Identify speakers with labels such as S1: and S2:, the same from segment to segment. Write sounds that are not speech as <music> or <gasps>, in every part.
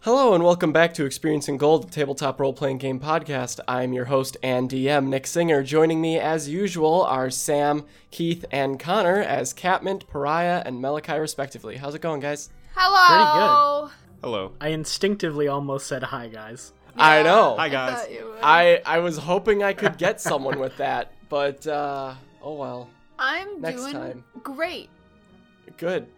S1: Hello and welcome back to Experiencing Gold, the tabletop role playing game podcast. I'm your host and DM, Nick Singer. Joining me, as usual, are Sam, Keith, and Connor as Catmint, Pariah, and Malachi, respectively. How's it going, guys?
S2: Hello.
S3: Hello.
S4: I instinctively almost said hi, guys.
S1: I know.
S3: Hi,
S1: I,
S3: guys.
S2: thought you would.
S1: I was hoping I could get someone with that, but uh, oh well.
S2: I'm
S1: Next
S2: doing
S1: time.
S2: great. <laughs>
S1: Good.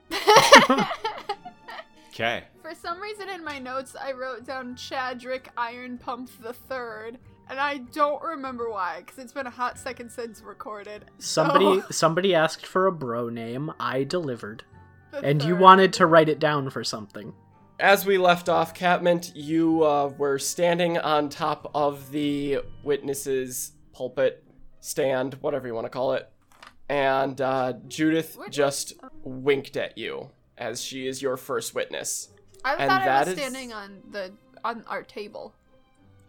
S3: Okay.
S2: For some reason in my notes I wrote down Chadrick Iron Pump the Third, and I don't remember why, because it's been a hot second since recorded. <laughs>
S4: Somebody
S2: So,
S4: somebody asked for a bro name. I delivered.
S2: the
S4: And you
S2: third.
S4: wanted to write it down for something.
S1: As we left off, Catmint, you uh, were standing on top of the witness's pulpit stand, whatever you want to call it, and uh, Judith
S2: Witness.
S1: just winked at you as she is your first witness.
S2: I
S1: and
S2: thought I
S1: that
S2: was
S1: is-
S2: standing on the on our table.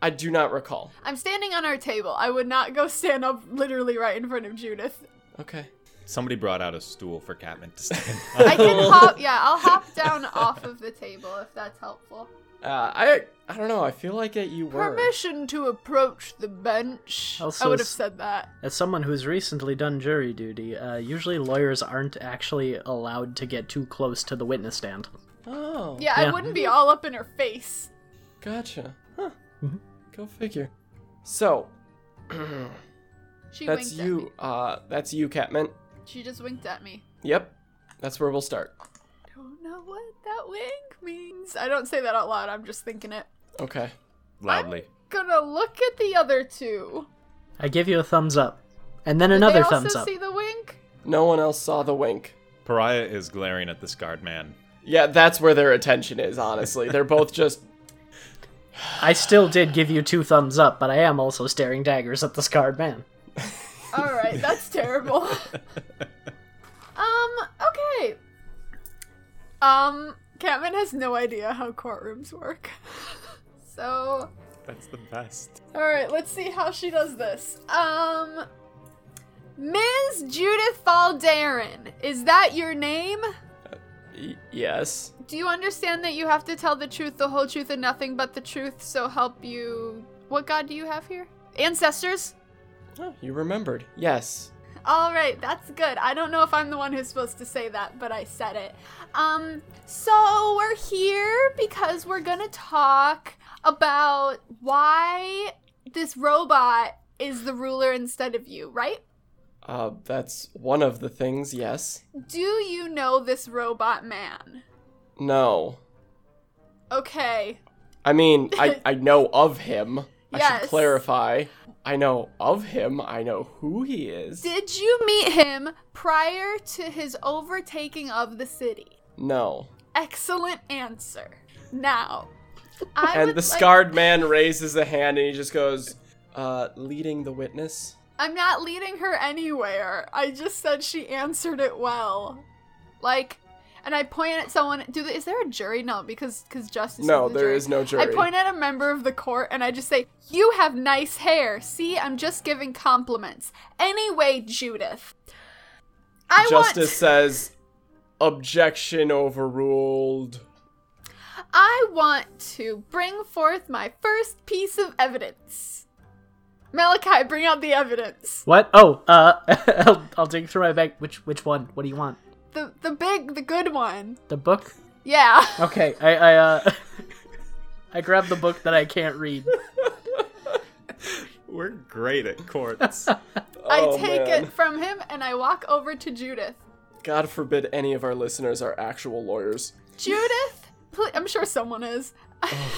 S1: I do not recall.
S2: I'm standing on our table. I would not go stand up literally right in front of Judith.
S1: Okay.
S3: Somebody brought out a stool for Catman to <laughs> stand
S2: I
S1: <laughs>
S3: on.
S2: can hop. Yeah, I'll hop down off of the table if that's helpful.
S1: Uh, I I don't know. I feel like it. You were.
S2: Permission to approach the bench. I
S4: Also
S2: would have
S4: s-
S2: said that.
S4: As someone who's recently done jury duty, uh, usually lawyers aren't actually allowed to get too close to the witness stand.
S1: Oh.
S2: Yeah, I
S4: Yeah.
S2: wouldn't be all up in her face.
S1: Gotcha. Huh.
S4: Mhm.
S1: Go figure. So, <clears throat>
S2: She
S1: that's
S2: winked at me.
S1: you. Uh, that's you, Catmint.
S2: She just winked at me.
S1: Yep. That's where we'll start.
S2: I don't know what that wink means. I don't say that out loud. I'm just thinking it.
S1: Okay.
S3: Loudly.
S2: Gonna look at the other two.
S4: I give you a thumbs up. And then
S2: Did
S4: another
S2: they also
S4: thumbs up.
S2: see the wink?
S1: No one else saw the wink.
S3: Pariah is glaring at the scarred man.
S1: Yeah, that's where their attention is, honestly. They're both just.
S4: I still did give you two thumbs up, but I am also staring daggers at the scarred man.
S2: All right, that's terrible. um. Okay. Um. Catman has no idea how courtrooms work. <laughs> so
S3: That's the best.
S2: All right, let's see how she does this. Um, Ms. Judith Faldarin, is that your name?
S1: Y- yes.
S2: Do you understand that you have to tell the truth, the whole truth, and nothing but the truth? So help you. What god do you have here? Ancestors.
S1: Oh, you remembered. Yes.
S2: All right, that's good. I don't know if I'm the one who's supposed to say that, but I said it. Um, so we're here because we're gonna talk about why this robot is the ruler instead of you, right?
S1: Uh, that's one of the things, yes.
S2: Do you know this robot man?
S1: No.
S2: Okay.
S1: I mean,
S2: <laughs>
S1: I, I know of him. I
S2: Yes.
S1: should clarify. I know of him. I know who he is.
S2: Did you meet him prior to his overtaking of the city?
S1: no.
S2: Excellent answer. Now, I
S1: and
S2: would
S1: the
S2: like-
S1: scarred man raises a hand and he just goes, uh, leading the witness.
S2: I'm not leading her anywhere. I just said she answered it well. Like, and I point at someone. Do the, is there a jury? No, because because justice.
S1: no,
S2: is the
S1: there
S2: jury.
S1: is no jury.
S2: I point at a member of the court and I just say, "You have nice hair. See, I'm just giving compliments." Anyway, Judith, I
S1: Justice
S2: want
S1: says, objection overruled.
S2: I want to bring forth my first piece of evidence. Malachi, bring out the evidence.
S4: What? Oh, uh, <laughs> I'll, I'll dig through my bag. Which which one? What do you want?
S2: The the big, the good one.
S4: The book?
S2: Yeah. <laughs>
S4: Okay, I I uh <laughs> I grabbed the book that I can't read.
S3: We're great at
S2: <laughs>
S3: courts.
S2: I
S1: Oh,
S2: take
S1: man.
S2: it from him and I walk over to Judith.
S1: God forbid any of our listeners are actual lawyers.
S2: Judith, pl- I'm sure someone is.
S1: Oh.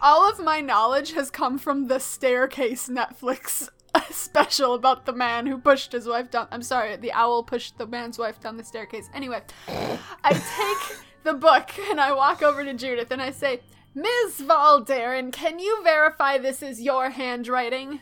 S2: All of my knowledge has come from the staircase Netflix <laughs> special about the man who pushed his wife down. I'm sorry, the owl pushed the man's wife down the staircase. Anyway, I
S1: <laughs>
S2: take the book and I walk over to Judith and I say, Ms. Valderin, can you verify this is your handwriting?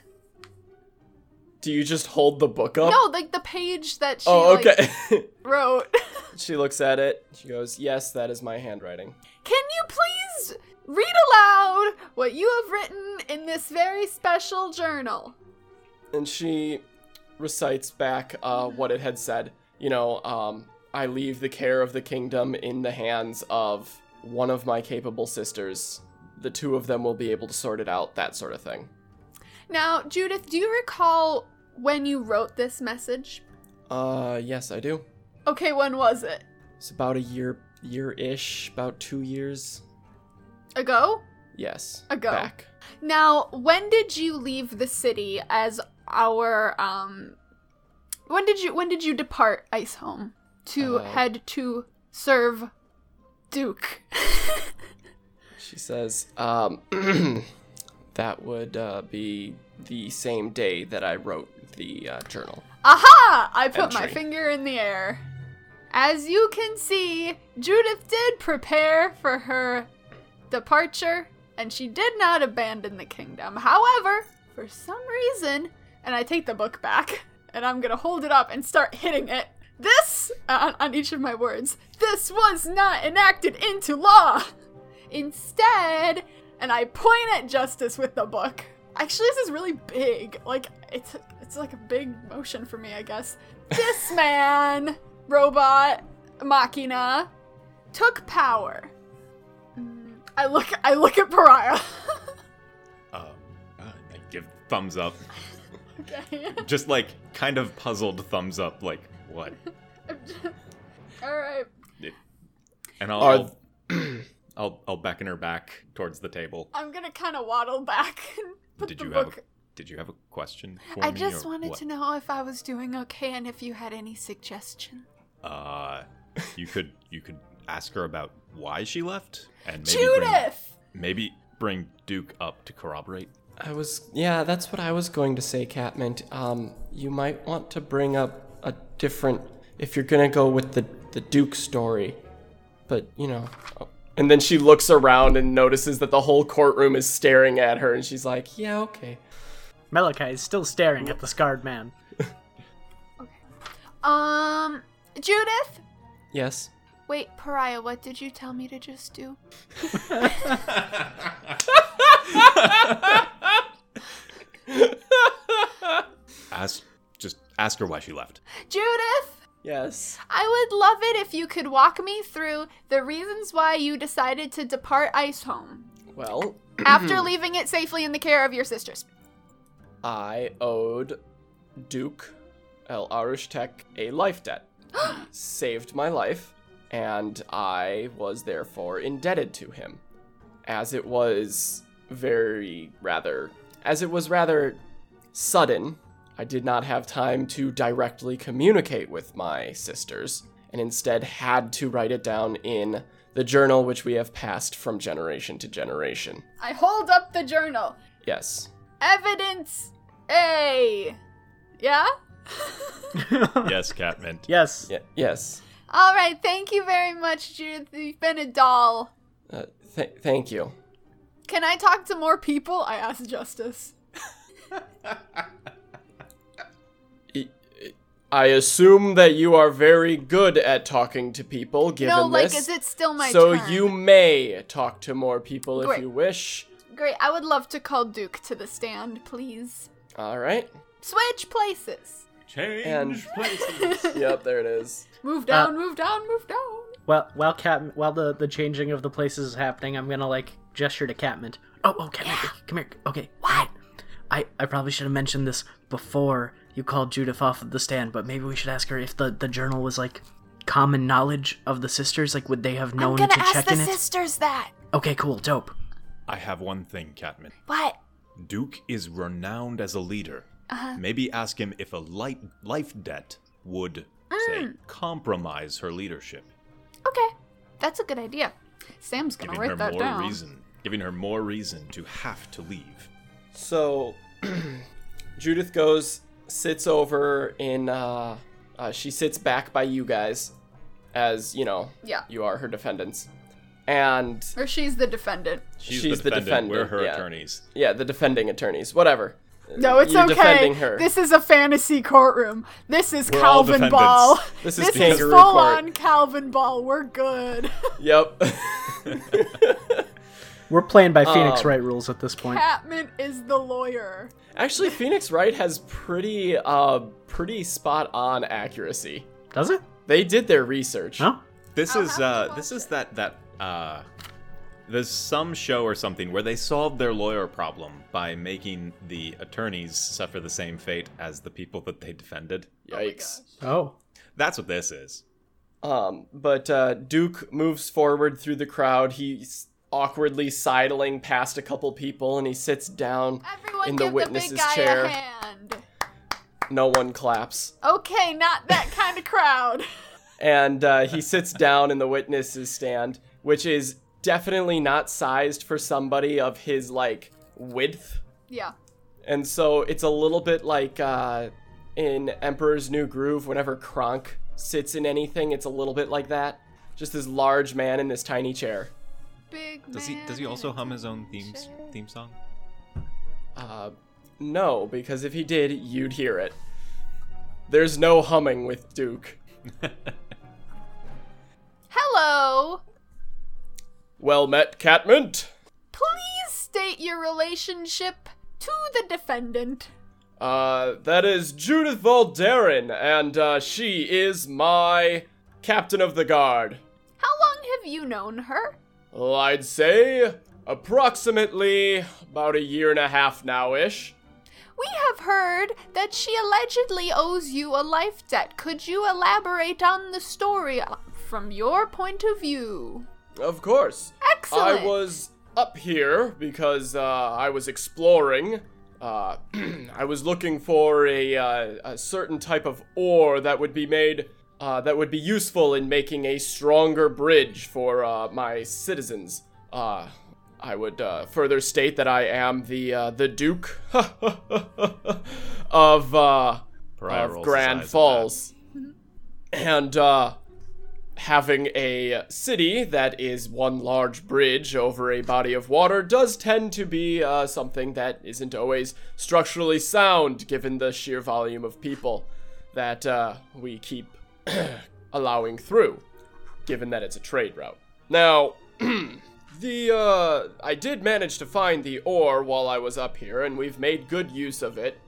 S1: Do you just hold the book up?
S2: No, like the page that she
S1: oh,
S2: like,
S1: okay. <laughs>
S2: wrote.
S1: she looks at it. She goes, "Yes, that is my handwriting."
S2: Can you please read aloud what you have written in this very special journal?
S1: And she recites back uh, what it had said. You know, um, I leave the care of the kingdom in the hands of one of my capable sisters, the two of them will be able to sort it out, that sort of thing.
S2: Now, Judith, do you recall when you wrote this message?
S1: Uh, yes, I do.
S2: Okay, when was it?
S1: It's about a year, year ish, about two years.
S2: Ago?
S1: Yes.
S2: Ago.
S1: Back.
S2: Now, when did you leave the city as our um when did you when did you depart Ice Home to
S1: Uh,
S2: head to serve Duke? <laughs>
S1: She says, um, <clears throat> that would uh, be the same day that I wrote the uh, journal.
S2: Aha! I put my
S1: Entry.
S2: finger in the air. As you can see, Judith did prepare for her departure, and she did not abandon the kingdom. However, for some reason, and I take the book back, and I'm gonna hold it up and start hitting it. This, uh, on, on each of my words, this was not enacted into law! Instead, and I point at Justice with the book. Actually, this is really big. Like it's it's like a big motion for me, I guess. <laughs> This man, robot machina, took power. Mm, I look I look at Pariah. <laughs>
S3: Um, I give thumbs up.
S2: okay.
S3: Just like kind of puzzled thumbs up. Like what?
S2: I'm just- All right.
S3: And I'll
S1: Are-
S3: I'll, <clears throat> I'll I'll beckon her back towards the table.
S2: I'm going to kind of waddle back and put
S3: Did
S2: the
S3: you have a,
S2: book
S3: Did you have a question for
S2: I
S3: me?
S2: just
S3: or
S2: wanted
S3: what?
S2: to know if I was doing okay and if you had any suggestions.
S3: Uh, you could you could ask her about why she left, and maybe bring,
S2: Judith.
S3: maybe bring Duke up to corroborate.
S1: I was, yeah, that's what I was going to say, Catmint. Um, you might want to bring up a different, if you're gonna go with the the Duke story, but you know. oh. And then she looks around and notices that the whole courtroom is staring at her, and she's like, "Yeah, okay."
S4: Malachi is still staring at the scarred man.
S2: Um Judith,
S1: Yes.
S2: wait, Pariah, what did you tell me to just do?
S3: Ask just ask her why she left.
S2: Judith,
S1: Yes.
S2: I would love it if you could walk me through the reasons why you decided to depart
S1: <clears throat>
S2: Ice Home
S1: Well,
S2: after leaving it safely in the care of your sisters.
S1: I owed Duke El Arush Tech a life debt. He saved my life, and I was therefore indebted to him. As it was very rather as it was rather sudden, I did not have time to directly communicate with my sisters, and instead had to write it down in the journal which we have passed from generation to generation.
S2: I hold up the journal.
S1: Yes.
S2: Evidence A. Yeah?
S3: <laughs> Yes, Catmint.
S4: yes.
S1: Ye- yes.
S2: All right, thank you very much, Judith. You've been a doll.
S1: Uh, th- thank you.
S2: Can I talk to more people? I asked Justice.
S1: I assume that you are very good at talking to people, given
S2: no, like,
S1: this.
S2: is it still my
S1: so
S2: turn?
S1: you may talk to more people if
S2: Great.
S1: you wish.
S2: Great, I would love to call Duke to the stand, please.
S1: All
S2: <laughs>
S1: right.
S2: Switch places.
S3: Change
S1: And-
S3: places.
S1: Yep, there it is.
S2: Move down, move down, move down.
S4: Well, while Cat, while the the changing of the places is happening, I'm gonna like gesture to Catmint. Oh, oh, Catmint, come here. Okay, what? I I probably should have mentioned this before you called Judith off of the stand, but maybe we should ask her if the the journal was like common knowledge of the sisters. Like, would they have known to check in it?
S2: sisters that.
S4: Okay, cool, dope.
S3: I have one thing, Catmint.
S2: What?
S3: Duke is renowned as a leader.
S2: Uh-huh.
S3: Maybe ask him if a light life debt would say
S2: Mm.
S3: compromise her leadership,
S2: Okay, that's a good idea. Sam's gonna
S3: giving her
S2: write that
S3: more
S2: down.
S3: reason, giving her more reason to have to leave.
S1: So <clears throat> Judith goes, sits over in. Uh, uh, she sits back by you guys, as you know,
S2: Yeah,
S1: you are her defendants, and
S2: or she's the defendant.
S3: She's,
S1: She's the
S3: the, defendant. We're
S1: defendant,
S3: her
S1: yeah.
S3: attorneys.
S1: yeah, the defending attorneys, whatever.
S2: No, it's
S1: You're
S2: okay.
S1: Uh, defending her.
S2: This is a fantasy courtroom. This is
S3: We're all
S2: Calvin
S3: defendants.
S2: Ball.
S1: This is
S2: This is
S1: kangaroo
S2: full
S1: court.
S2: on Calvin Ball. We're
S3: <laughs>
S2: good.
S1: Yep. <laughs>
S4: We're playing by Phoenix
S1: Um,
S4: Wright rules at this point.
S2: Catman is the lawyer.
S1: Actually, Phoenix Wright has pretty, uh, pretty spot on accuracy.
S4: Does it?
S1: They did their research.
S4: No.
S3: This
S2: I'll
S3: is
S2: have to
S3: uh,
S2: watch
S3: this is
S2: it.
S3: that that uh, There's some show or something where they solved their lawyer problem by making the attorneys suffer the same fate as the people that they defended.
S1: Yikes.
S4: Oh.
S3: That's what this is.
S1: Um, but uh, Duke moves forward through the crowd. He's awkwardly sidling past a couple people, and he sits down.
S2: Everyone
S1: In the
S2: give the,
S1: witness's
S2: big guy
S1: chair.
S2: a hand.
S1: No one claps,
S2: Okay, not that kind of crowd. <laughs>
S1: and uh, he sits down in the witnesses stand, which is definitely not sized for somebody of his like width.
S2: Yeah.
S1: And so it's a little bit like uh, in Emperor's New Groove, whenever Kronk sits in anything, it's a little bit like that. Just this large man in this tiny chair.
S2: Big
S3: Does he
S2: man
S3: does he
S2: in
S3: also
S2: a
S3: hum his own
S2: tiny
S3: themes
S2: chair.
S3: theme song?
S1: Uh, no, because if he did, you'd hear it. There's no humming with Duke.
S2: Hello.
S1: Well met, Catmint.
S2: Please state your relationship to the defendant.
S1: Uh, that is Judith Valderin, and uh, she is my captain of the guard.
S2: How long have you known her?
S1: Well, I'd say approximately about a year and a half now ish.
S2: We have heard that she allegedly owes you a life debt. Could you elaborate on the story from your point of view?
S1: Of course.
S2: Excellent.
S1: I was up here because uh, I was exploring. Uh, <clears throat> I was looking for a, uh, a certain type of ore that would be made, uh, that would be useful in making a stronger bridge for uh, my citizens. Uh, I would uh, further state that I am the uh, the Duke <laughs> of uh,
S3: Pariah
S1: of
S3: rolls his eyes
S1: Grand
S3: at that.
S1: Falls. And uh, having a city that is one large bridge over a body of water does tend to be uh, something that isn't always structurally sound given the sheer volume of people that uh, we keep <clears throat> allowing through, given that it's a trade route. Now, <clears throat> the uh, I did manage to find the ore while I was up here, and we've made good use of it.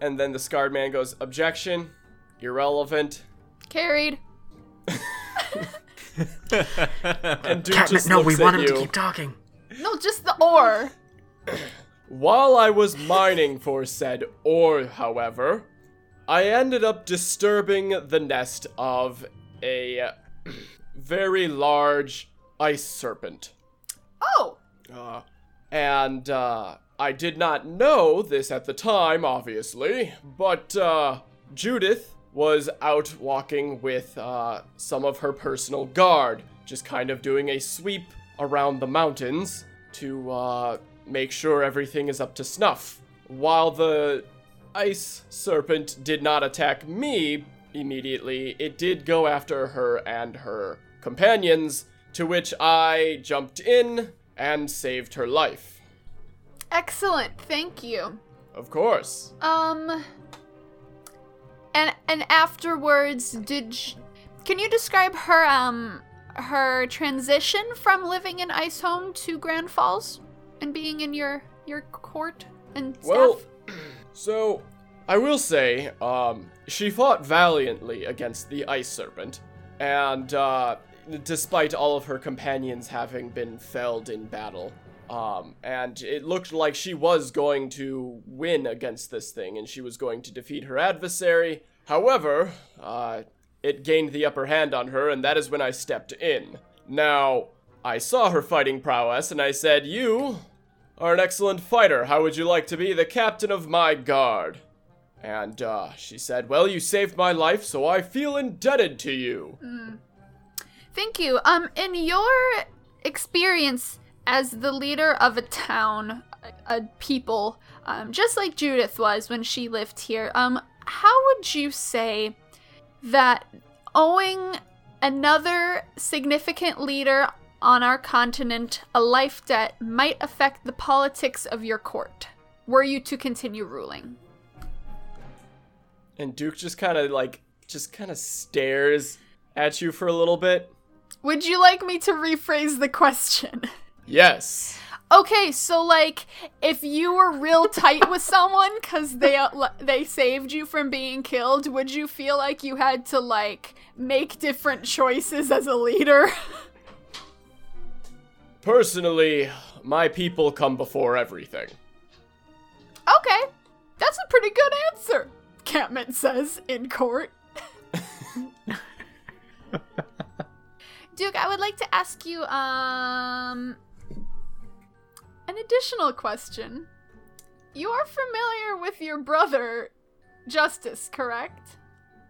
S1: And then the scarred man goes, Objection, irrelevant.
S2: Carried.
S1: And Duke
S4: Catmint,
S1: just
S4: no, we
S1: looks
S4: want
S1: at
S4: him
S1: you.
S4: to keep talking.
S2: No, just the or.
S1: While I was mining for said ore, however, I ended up disturbing the nest of a <clears throat> very large ice serpent.
S2: Oh,
S1: Uh, and uh, I did not know this at the time, obviously, but uh, Judith was out walking with uh, some of her personal guard, just kind of doing a sweep around the mountains to uh, make sure everything is up to snuff. While the ice serpent did not attack me immediately, it did go after her and her companions, to which I jumped in and saved her life.
S2: excellent. Thank you.
S1: Of course.
S2: Um and and afterwards did sh- Can you describe her um her transition from living in Ice Home to Grand Falls and being in your your court and stuff?
S1: Well, <clears throat> so I will say, um, she fought valiantly against the ice serpent, and uh, despite all of her companions having been felled in battle, um, and it looked like she was going to win against this thing, and she was going to defeat her adversary. However, uh, it gained the upper hand on her, and that is when I stepped in. Now, I saw her fighting prowess, and I said, "You, are an excellent fighter. How would you like to be the captain of my guard? And uh, she said, Well, you saved my life, so I feel indebted to you.
S2: Thank you. Um, in your experience as the leader of a town, a, a people, um, just like Judith was when she lived here, um, how would you say that owing another significant leader on our continent a life debt might affect the politics of your court? Were you to continue ruling?
S1: And Duke just kind of like, just kind of stares at you for a little bit.
S2: Would you like me to rephrase the question? <laughs>
S1: Yes.
S2: Okay, so like if you were real tight with someone cuz they outl- they saved you from being killed, would you feel like you had to <laughs> like make different choices as a leader?
S1: Personally, my people come before everything.
S2: Okay, that's a pretty good answer, Catman says in court. Duke, I would like to ask you um an additional question. You are familiar with your brother, Justice, correct?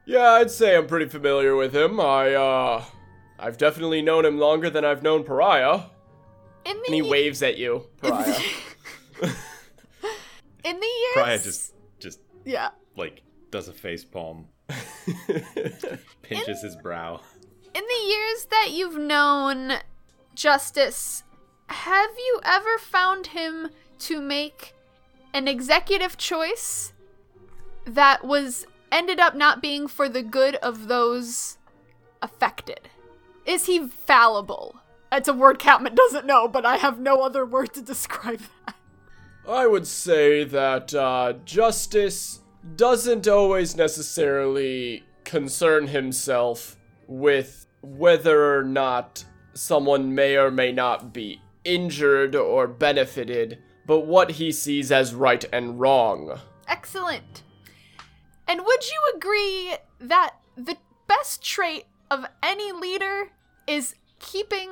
S1: Yeah, I'd say I'm pretty familiar with him. I, uh. I've definitely known him longer than I've known Pariah.
S2: In the
S1: And he
S2: ye- <laughs>
S1: waves at you,
S2: in
S1: Pariah.
S2: <laughs> the- in the years,
S3: <laughs> Pariah just, just
S2: yeah,
S3: like does a
S1: <laughs>
S3: face palm, pinches his brow.
S2: in the years that you've known Justice, have you ever found him to make an executive choice that was ended up not being for the good of those affected? Is he fallible? It's a word Catman doesn't know, but I have no other word to describe that.
S1: I would say that uh, justice doesn't always necessarily concern himself with whether or not someone may or may not be injured or benefited, but what he sees as right and wrong.
S2: Excellent. And would you agree that the best trait of any leader is keeping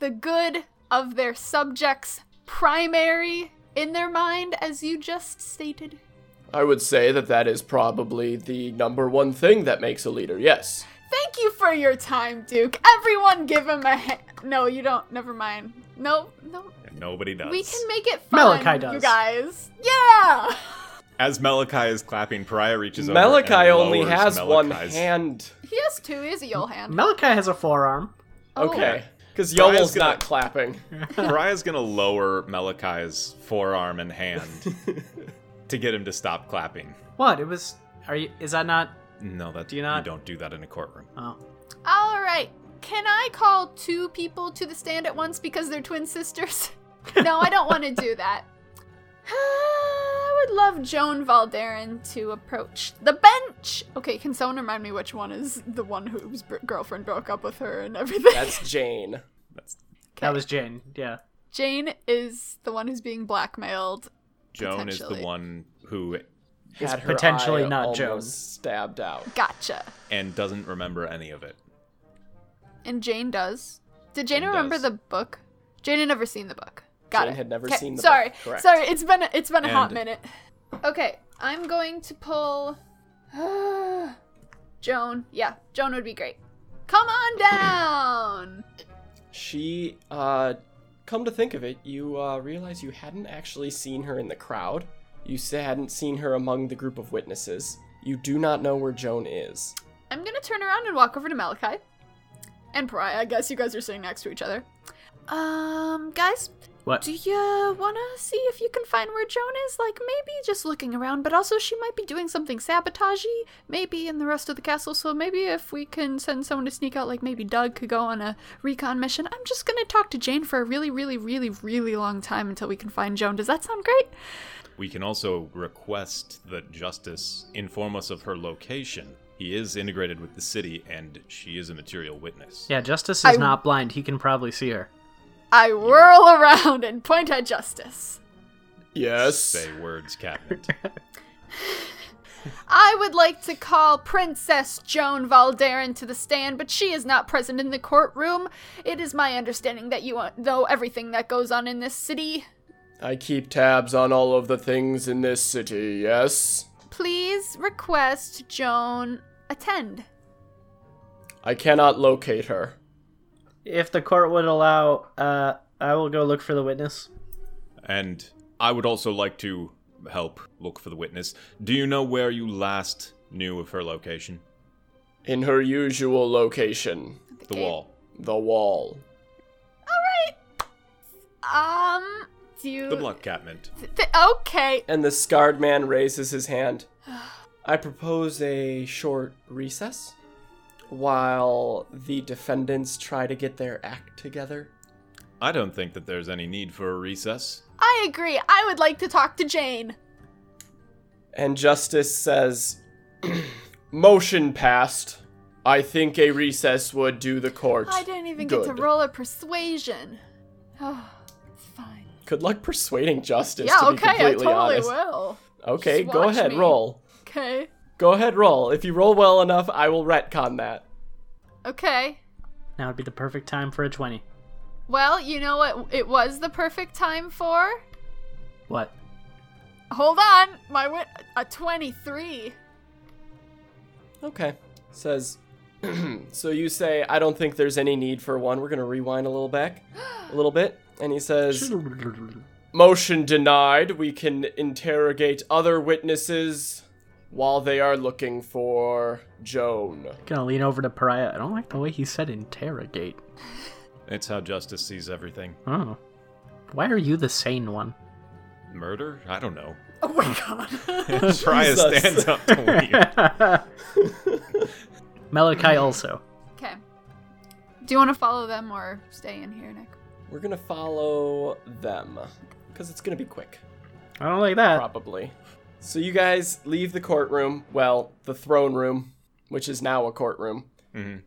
S2: the good of their subjects primary in their mind, as you just stated?
S1: I would say that that is probably the number one thing that makes a leader, yes.
S2: Thank you for your time, Duke. Everyone give him a hand. No, you don't. Never mind. No, no.
S3: And nobody does.
S2: We can make it fun,
S4: Malachi
S2: you
S4: does.
S2: guys. Yeah!
S3: As Malachi is clapping, Pariah reaches over.
S1: Malachi
S3: and
S1: only
S3: lowers
S1: has one
S3: Malachi's-
S1: hand.
S2: He has two. He has a Yule hand.
S4: Malachi has a forearm.
S2: Oh.
S1: Okay. Because
S3: Brian's
S1: Yoel's
S3: gonna-
S1: not
S3: <laughs>
S1: clapping.
S3: Pariah's gonna lower Malachi's forearm and hand to get him to stop clapping.
S4: What? It was. Are you? Is that not?
S3: No, that
S4: Do you not-
S3: you don't do that in a courtroom.
S4: Oh,
S2: All right. Can I call two people to the stand at once because they're twin sisters? <laughs> no, I don't want to do that. <sighs> I would love Joan Valderin to approach the bench. Okay, can someone remind me which one is the one whose br- girlfriend broke up with her and everything?
S1: That's Jane.
S3: That's
S4: that was Jane. Yeah.
S2: <laughs> Jane is the one who's being blackmailed.
S3: Joan is the
S2: Potentially.
S3: one who
S4: It's
S1: had her
S4: potentially
S1: eye
S4: not
S1: almost
S4: Joan.
S1: stabbed out.
S2: Gotcha.
S3: and doesn't remember any of it.
S2: And Jane does. Did Jane,
S3: Jane
S2: remember
S3: does.
S2: the book? Jane had never seen the book. Got
S1: Jane
S2: it.
S1: had never
S2: Okay,
S1: seen the
S2: sorry.
S1: book, correct.
S2: Sorry, it's been a, it's been a hot
S3: And-
S2: minute. Okay, I'm going to pull <sighs> Joan. Yeah, Joan would be great. Come on down.
S1: She, uh, come to think of it, you uh, realize you hadn't actually seen her in the crowd. You s- hadn't seen her among the group of witnesses. You do not know where Joan is.
S2: I'm gonna turn around and walk over to Malachi and Pariah. I guess you guys are sitting next to each other. Um, guys,
S4: What?
S2: do you wanna see if you can find where Joan is? Like maybe just looking around, but also she might be doing something sabotagey, maybe in the rest of the castle. So maybe if we can send someone to sneak out, like maybe Doug could go on a recon mission. I'm just gonna talk to Jane for a really, really, really, really long time until we can find Joan. Does that sound great?
S3: We can also request that Justice inform us of her location. He is integrated with the city, and she is a material witness.
S4: Yeah. Justice is
S2: I-
S4: not blind. He can probably see her.
S2: I whirl around and point at Justice.
S3: Say words, Captain. <laughs>
S2: I would like to call Princess Joan Valderin to the stand, but she is not present in the courtroom. It is my understanding that you uh, know everything that goes on in this city.
S1: I keep tabs on all of the things in this city, yes?
S2: Please request Joan attend.
S1: I cannot locate her.
S4: If the court would allow, uh, I will go look for the witness.
S3: and I would also like to help look for the witness. Do you know where you last knew of her location?
S1: In her usual location,
S3: The
S2: Okay.
S3: wall.
S1: the wall.
S2: Um, do you.
S3: The block catment.
S2: Th- okay.
S1: And the scarred man raises his hand. I propose a short recess while the defendants try to get their act together.
S3: I don't think that there's any need for a recess.
S2: I agree. I would like to talk to Jane.
S1: And Justice says, <clears throat> Motion passed. I think a recess would do the court.
S2: I didn't even get
S1: Good.
S2: to roll a persuasion. Oh, Fine.
S1: Good luck persuading Justice.
S2: yeah,
S1: to be
S2: okay, I
S1: completely
S2: totally
S1: honest.
S2: will.
S1: Okay,
S2: Just
S1: go
S2: watch
S1: ahead,
S2: me.
S1: roll.
S2: Okay.
S1: Go ahead, roll. If you roll well enough, I will retcon that.
S2: Okay.
S4: Now would be the perfect time for a 20.
S2: Well, you know what it was the perfect time for?
S4: What?
S2: Hold on. My wit a 23.
S1: Okay. Says, <clears throat> so you say, I don't think there's any need for one. We're going to rewind a little back, a little bit. And he
S4: <laughs>
S1: says, Motion denied. We can interrogate other witnesses while they are looking for Joan.
S4: Gonna lean over to Pariah. I don't like the way he said interrogate.
S3: It's how justice sees everything.
S4: Oh. Why are you the sane one?
S3: Murder? I don't know.
S2: Oh my
S4: <laughs>
S2: god.
S3: Pariah
S1: Jesus.
S3: stands up to Weeb.
S4: Malachi also.
S2: okay. Do you want to follow them or stay in here, Nick?
S1: We're going to follow them because it's going to be quick.
S4: I don't like that.
S1: Probably. So you guys leave the courtroom, well, the throne room, which is now a courtroom.
S3: Mm-hmm.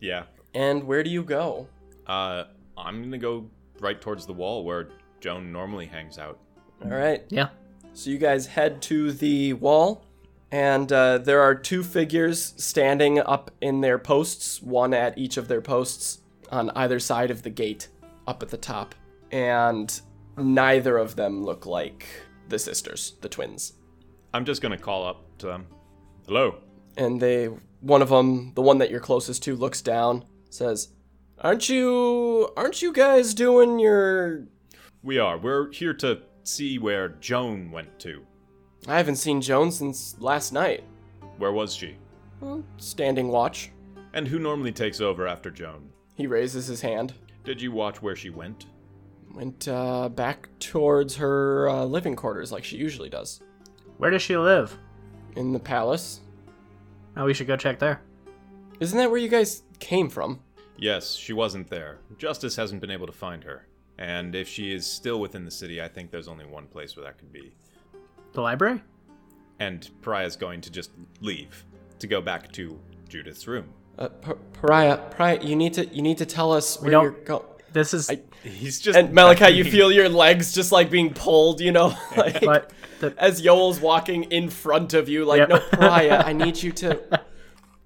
S3: Yeah.
S1: And where do you go?
S3: Uh, I'm gonna go right towards the wall where Joan normally hangs out.
S1: All right.
S4: Yeah.
S1: So you guys head to the wall, and uh, there are two figures standing up in their posts, one at each of their posts on either side of the gate up at the top. And neither of them look like the sisters, the twins.
S3: I'm just gonna call up to them. Hello.
S1: and they one of them the one that you're closest to looks down says aren't you aren't you guys doing your
S3: We are. We're here to see where Joan went to.
S1: i haven't seen joan since last night
S3: Where was she?
S1: standing watch
S3: And who normally takes over after Joan?
S1: he raises his hand
S3: Did you watch where she went?
S1: went uh, back towards her uh, living quarters like she usually does
S4: Where does she live?
S1: in the palace
S4: Oh, we should go check there.
S1: isn't that where you guys came from
S3: Yes, she wasn't there. Justice hasn't been able to find her. And if she is still within the city, I think there's only one place where that could be.
S4: The library?
S3: And Pariah's going to just leave to go back to Judith's room. <laughs>
S1: uh, Par- pariah pariah you need to you need to tell us where
S4: don't-
S1: you're
S4: <laughs>
S1: going
S4: This is.
S1: I-
S3: He's just
S1: and malachi you feel your legs just like being pulled you know <laughs> like
S4: but the,
S1: as Yoel's walking in front of you, like,
S4: Yep.
S1: no,
S4: <laughs>
S1: Pariah, I need you to.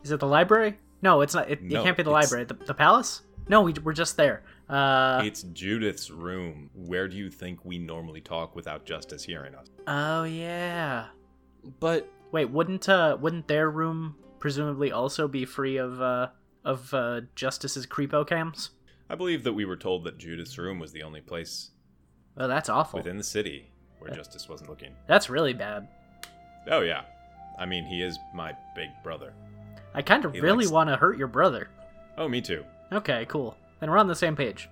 S4: is it the library? No, it's not. It,
S3: No,
S4: it can't be the
S3: it's-
S4: library. The, the palace? No, we, we're just there. Uh,
S3: It's Judith's room. Where do you think we normally talk without Justice hearing us?
S4: oh yeah.
S1: But
S4: Wait, wouldn't uh, wouldn't their room presumably also be free of uh, of uh, Justice's creepo cams?
S3: I believe that we were told that Judith's room was the only place
S4: Oh, that's awful.
S3: within the city where Justice wasn't looking.
S4: That's really bad.
S3: Oh, yeah. I mean, he is my big brother.
S4: I kind of
S3: He
S4: really
S3: likes-
S4: want to hurt your brother.
S3: Oh, me too.
S4: Okay, cool. Then we're on the same page.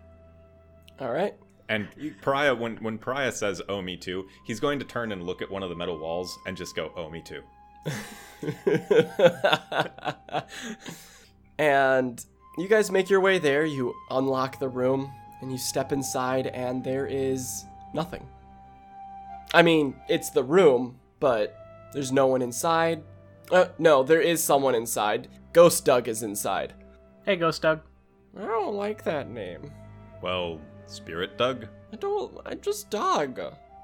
S1: all right,
S3: And Pariah, when when Pariah says "Oh, me too," he's going to turn and look at one of the metal walls and just go "Oh, me too."
S1: <laughs> and you guys make your way there. You unlock the room and you step inside, and there is nothing. I mean, it's the room, but there's no one inside. Uh, no, there is someone inside. Ghost Doug is inside.
S4: Hey, Ghost Doug.
S1: I don't like that name.
S3: Well, Spirit Doug,
S1: I don't. I'm just Doug.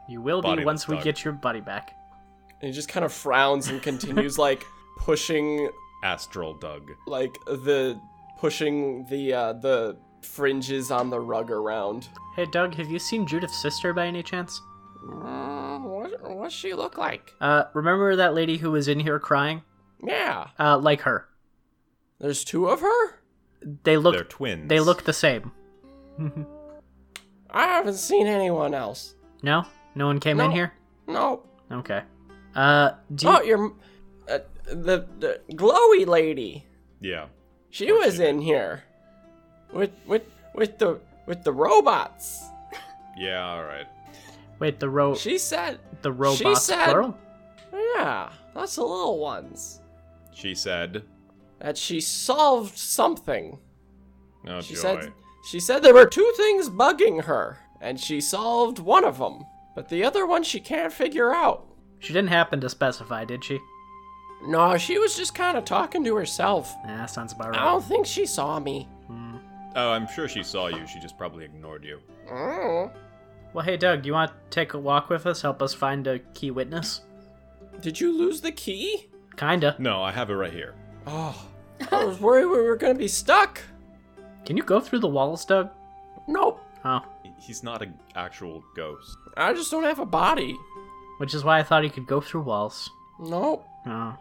S4: You will
S3: Body
S4: be once we
S3: Doug.
S4: get your buddy back.
S1: And he just kind of frowns and continues like pushing
S3: Astral Doug.
S1: like the pushing the uh the fringes on the rug around.
S4: Hey, Doug, have you seen Judith's sister by any chance?
S1: Mm, what what's she look like?
S4: Uh, remember that lady who was in here crying?
S1: Yeah.
S4: Uh, like her.
S1: There's two of her?
S4: They
S3: They're
S4: look
S3: twins.
S4: they look the same.
S1: I haven't seen anyone else.
S4: no, no one came
S1: No.
S4: in here.
S1: No.
S4: Okay. Uh, do you,
S1: Oh, you're uh, the, the glowy lady.
S3: Yeah.
S1: She
S3: Oh, she
S1: was in here with with with the with the robots.
S3: Yeah. All right.
S4: wait the ro
S1: She said,
S4: the robots
S1: said-
S4: plural.
S1: "Yeah, that's the little ones."
S3: She said.
S1: That she solved something.
S3: Oh
S1: She
S3: joy.
S1: said she said there were two things bugging her, and she solved one of them, but the other one she can't figure out.
S4: She didn't happen to specify, did she?
S1: No, she was just kind of talking to herself.
S4: Nah, that sounds about
S1: I
S4: right. Hmm.
S1: don't think she saw me.
S3: oh, I'm sure she saw you. She just probably ignored you.
S4: Well, hey, Doug, do you want to take a walk with us? Help us find a key witness?
S1: Did you lose the key?
S4: Kinda.
S3: No, I have it right here.
S1: Oh, I was worried we were gonna be stuck.
S4: Can you go through the walls, Doug?
S1: Nope,
S4: Oh,
S3: He's not an actual ghost.
S1: I just don't have a body.
S4: which is why I thought he could go through walls.
S1: Nope.
S4: Oh, gonna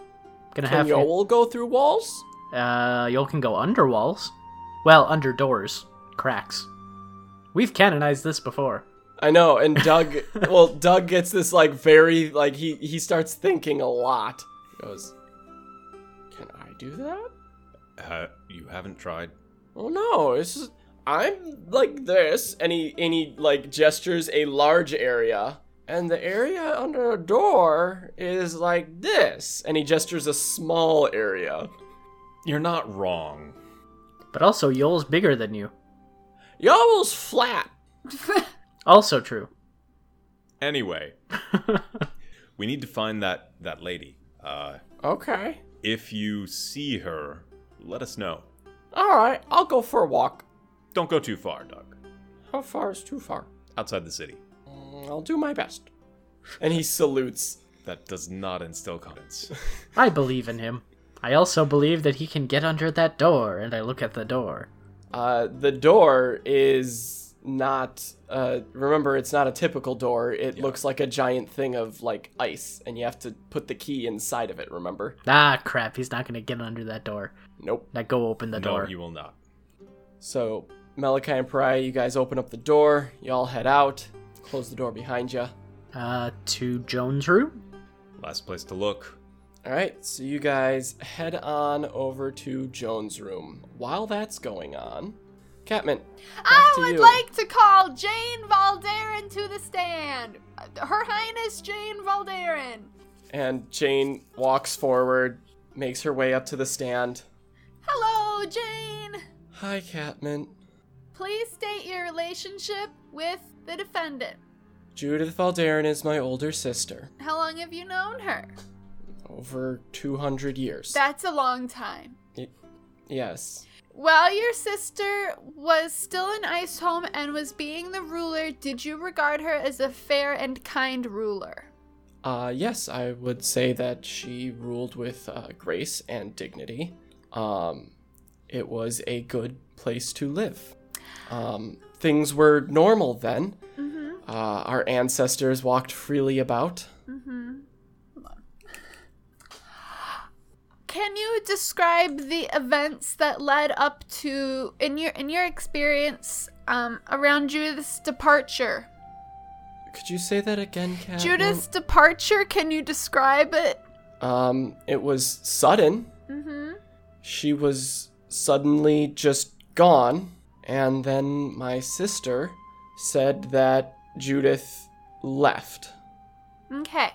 S1: Can
S4: have to.
S1: Yoel go through walls?
S4: Uh, Yol can go under walls. Well, under doors, cracks. We've canonized this before.
S1: I know, and Doug. well, Doug gets this like very like he he starts thinking a lot. He goes, "Can I do that?
S3: Uh, you haven't tried.
S1: Oh no, it's just, I'm like this." And he and he like gestures a large area, and the area under a door is like this, and he gestures a small area.
S3: You're not wrong.
S4: But also, Yol's bigger than you.
S1: Yowl's flat.
S4: Also true. <laughs>
S3: Anyway, we need to find that that lady. Uh,
S1: Okay.
S3: if you see her, let us know.
S1: All right, I'll go for a walk.
S3: Don't go too far, Doug.
S1: How far is too far?
S3: Outside the city.
S1: Mm, I'll do my best. And he salutes.
S3: That does not
S2: <laughs>
S3: instill confidence.
S4: I believe in him. I also believe that he can get under that door, and I look at the door.
S1: Uh, the door is not. Uh, remember, it's not a typical door. It looks like a giant thing of like ice, and you have to put the key inside of it. Remember?
S4: Ah, crap, he's not gonna get under that door.
S1: Nope.
S4: Now go open the
S3: no,
S4: door.
S3: you will not.
S1: So Malachi and Pariah, you guys open up the door. Y'all head out. Close the door behind you.
S4: Uh, to Joan's room? <laughs>
S3: Last place to look.
S1: All right. So you guys head on over to Joan's room. While that's going on, Catman, back
S2: I
S1: to
S2: would
S1: you.
S2: like to call Jane Valderin to the stand. Her Highness Jane Valderin.
S1: And Jane walks forward, makes her way up to the stand.
S2: Hello, Jane.
S1: Hi, Catman.
S2: Please state your relationship with the defendant.
S1: Judith Valderin is my older sister.
S2: How long have you known her?
S1: Over 200 years.
S2: That's a long time.
S1: yes.
S2: While your sister was still in Ice Home and was being the ruler, did you regard her as a fair and kind ruler?
S1: Uh, yes, I would say that she ruled with uh, grace and dignity. Um, it was a good place to live. Um, things were normal then.
S2: Mm
S1: Uh, our ancestors walked freely about.
S2: hmm. Mm hmm. Can you describe the events that led up to in your in your experience um, around Judith's departure?
S1: Could you say that again, Catman?
S2: Judith's departure, can you describe it?
S1: Um, it was sudden.
S2: Mm-hmm.
S1: she was suddenly just gone. And then my sister said that Judith left.
S2: Okay.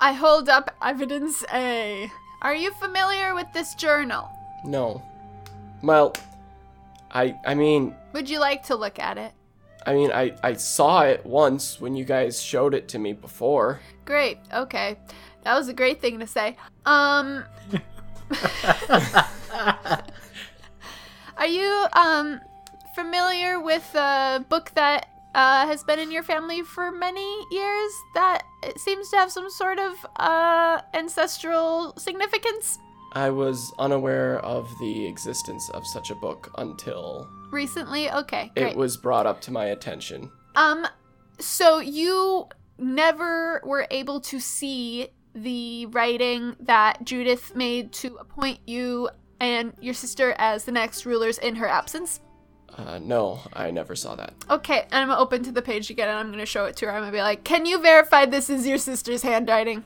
S2: I hold up evidence A. Are you familiar with this journal?
S1: No. Well, I I mean,
S2: Would you like to look at it?
S1: I mean, I I saw it once when you guys showed it to me before.
S2: Great. Okay. That was a great thing to say. Um Are you um familiar with a book that uh, has been in your family for many years that it seems to have some sort of uh, ancestral significance
S1: I was unaware of the existence of such a book until
S2: recently? Okay, great.
S1: it was brought up to my attention.
S2: Um, so you never were able to see the writing that Judith made to appoint you and your sister as the next rulers in her absence.
S1: Uh, no, I never saw that.
S2: Okay, and I'm gonna open to the page again and I'm gonna show it to her. I'm gonna be like, Can you verify this is your sister's handwriting?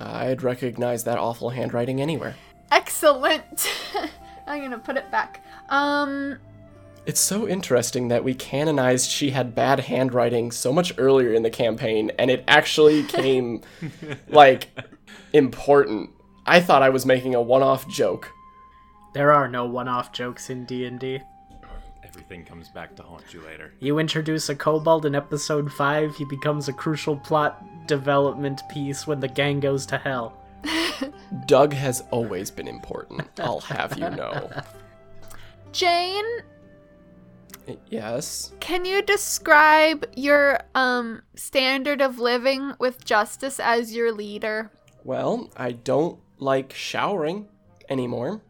S1: I'd recognize that awful handwriting anywhere.
S2: Excellent. <laughs> I'm gonna put it back. Um,
S1: It's so interesting that we canonized she had bad handwriting so much earlier in the campaign, and it actually came like important. I thought I was making a one-off joke.
S4: There are no one-off jokes in D&D.
S3: Everything comes back to haunt you later.
S4: You introduce a kobold in episode 5, he becomes a crucial plot development piece when the gang goes to hell.
S1: Doug has always been important. I'll have you know.
S2: Jane
S1: Yes.
S2: Can you describe your um standard of living with Justice as your leader?
S1: Well, I don't like showering anymore.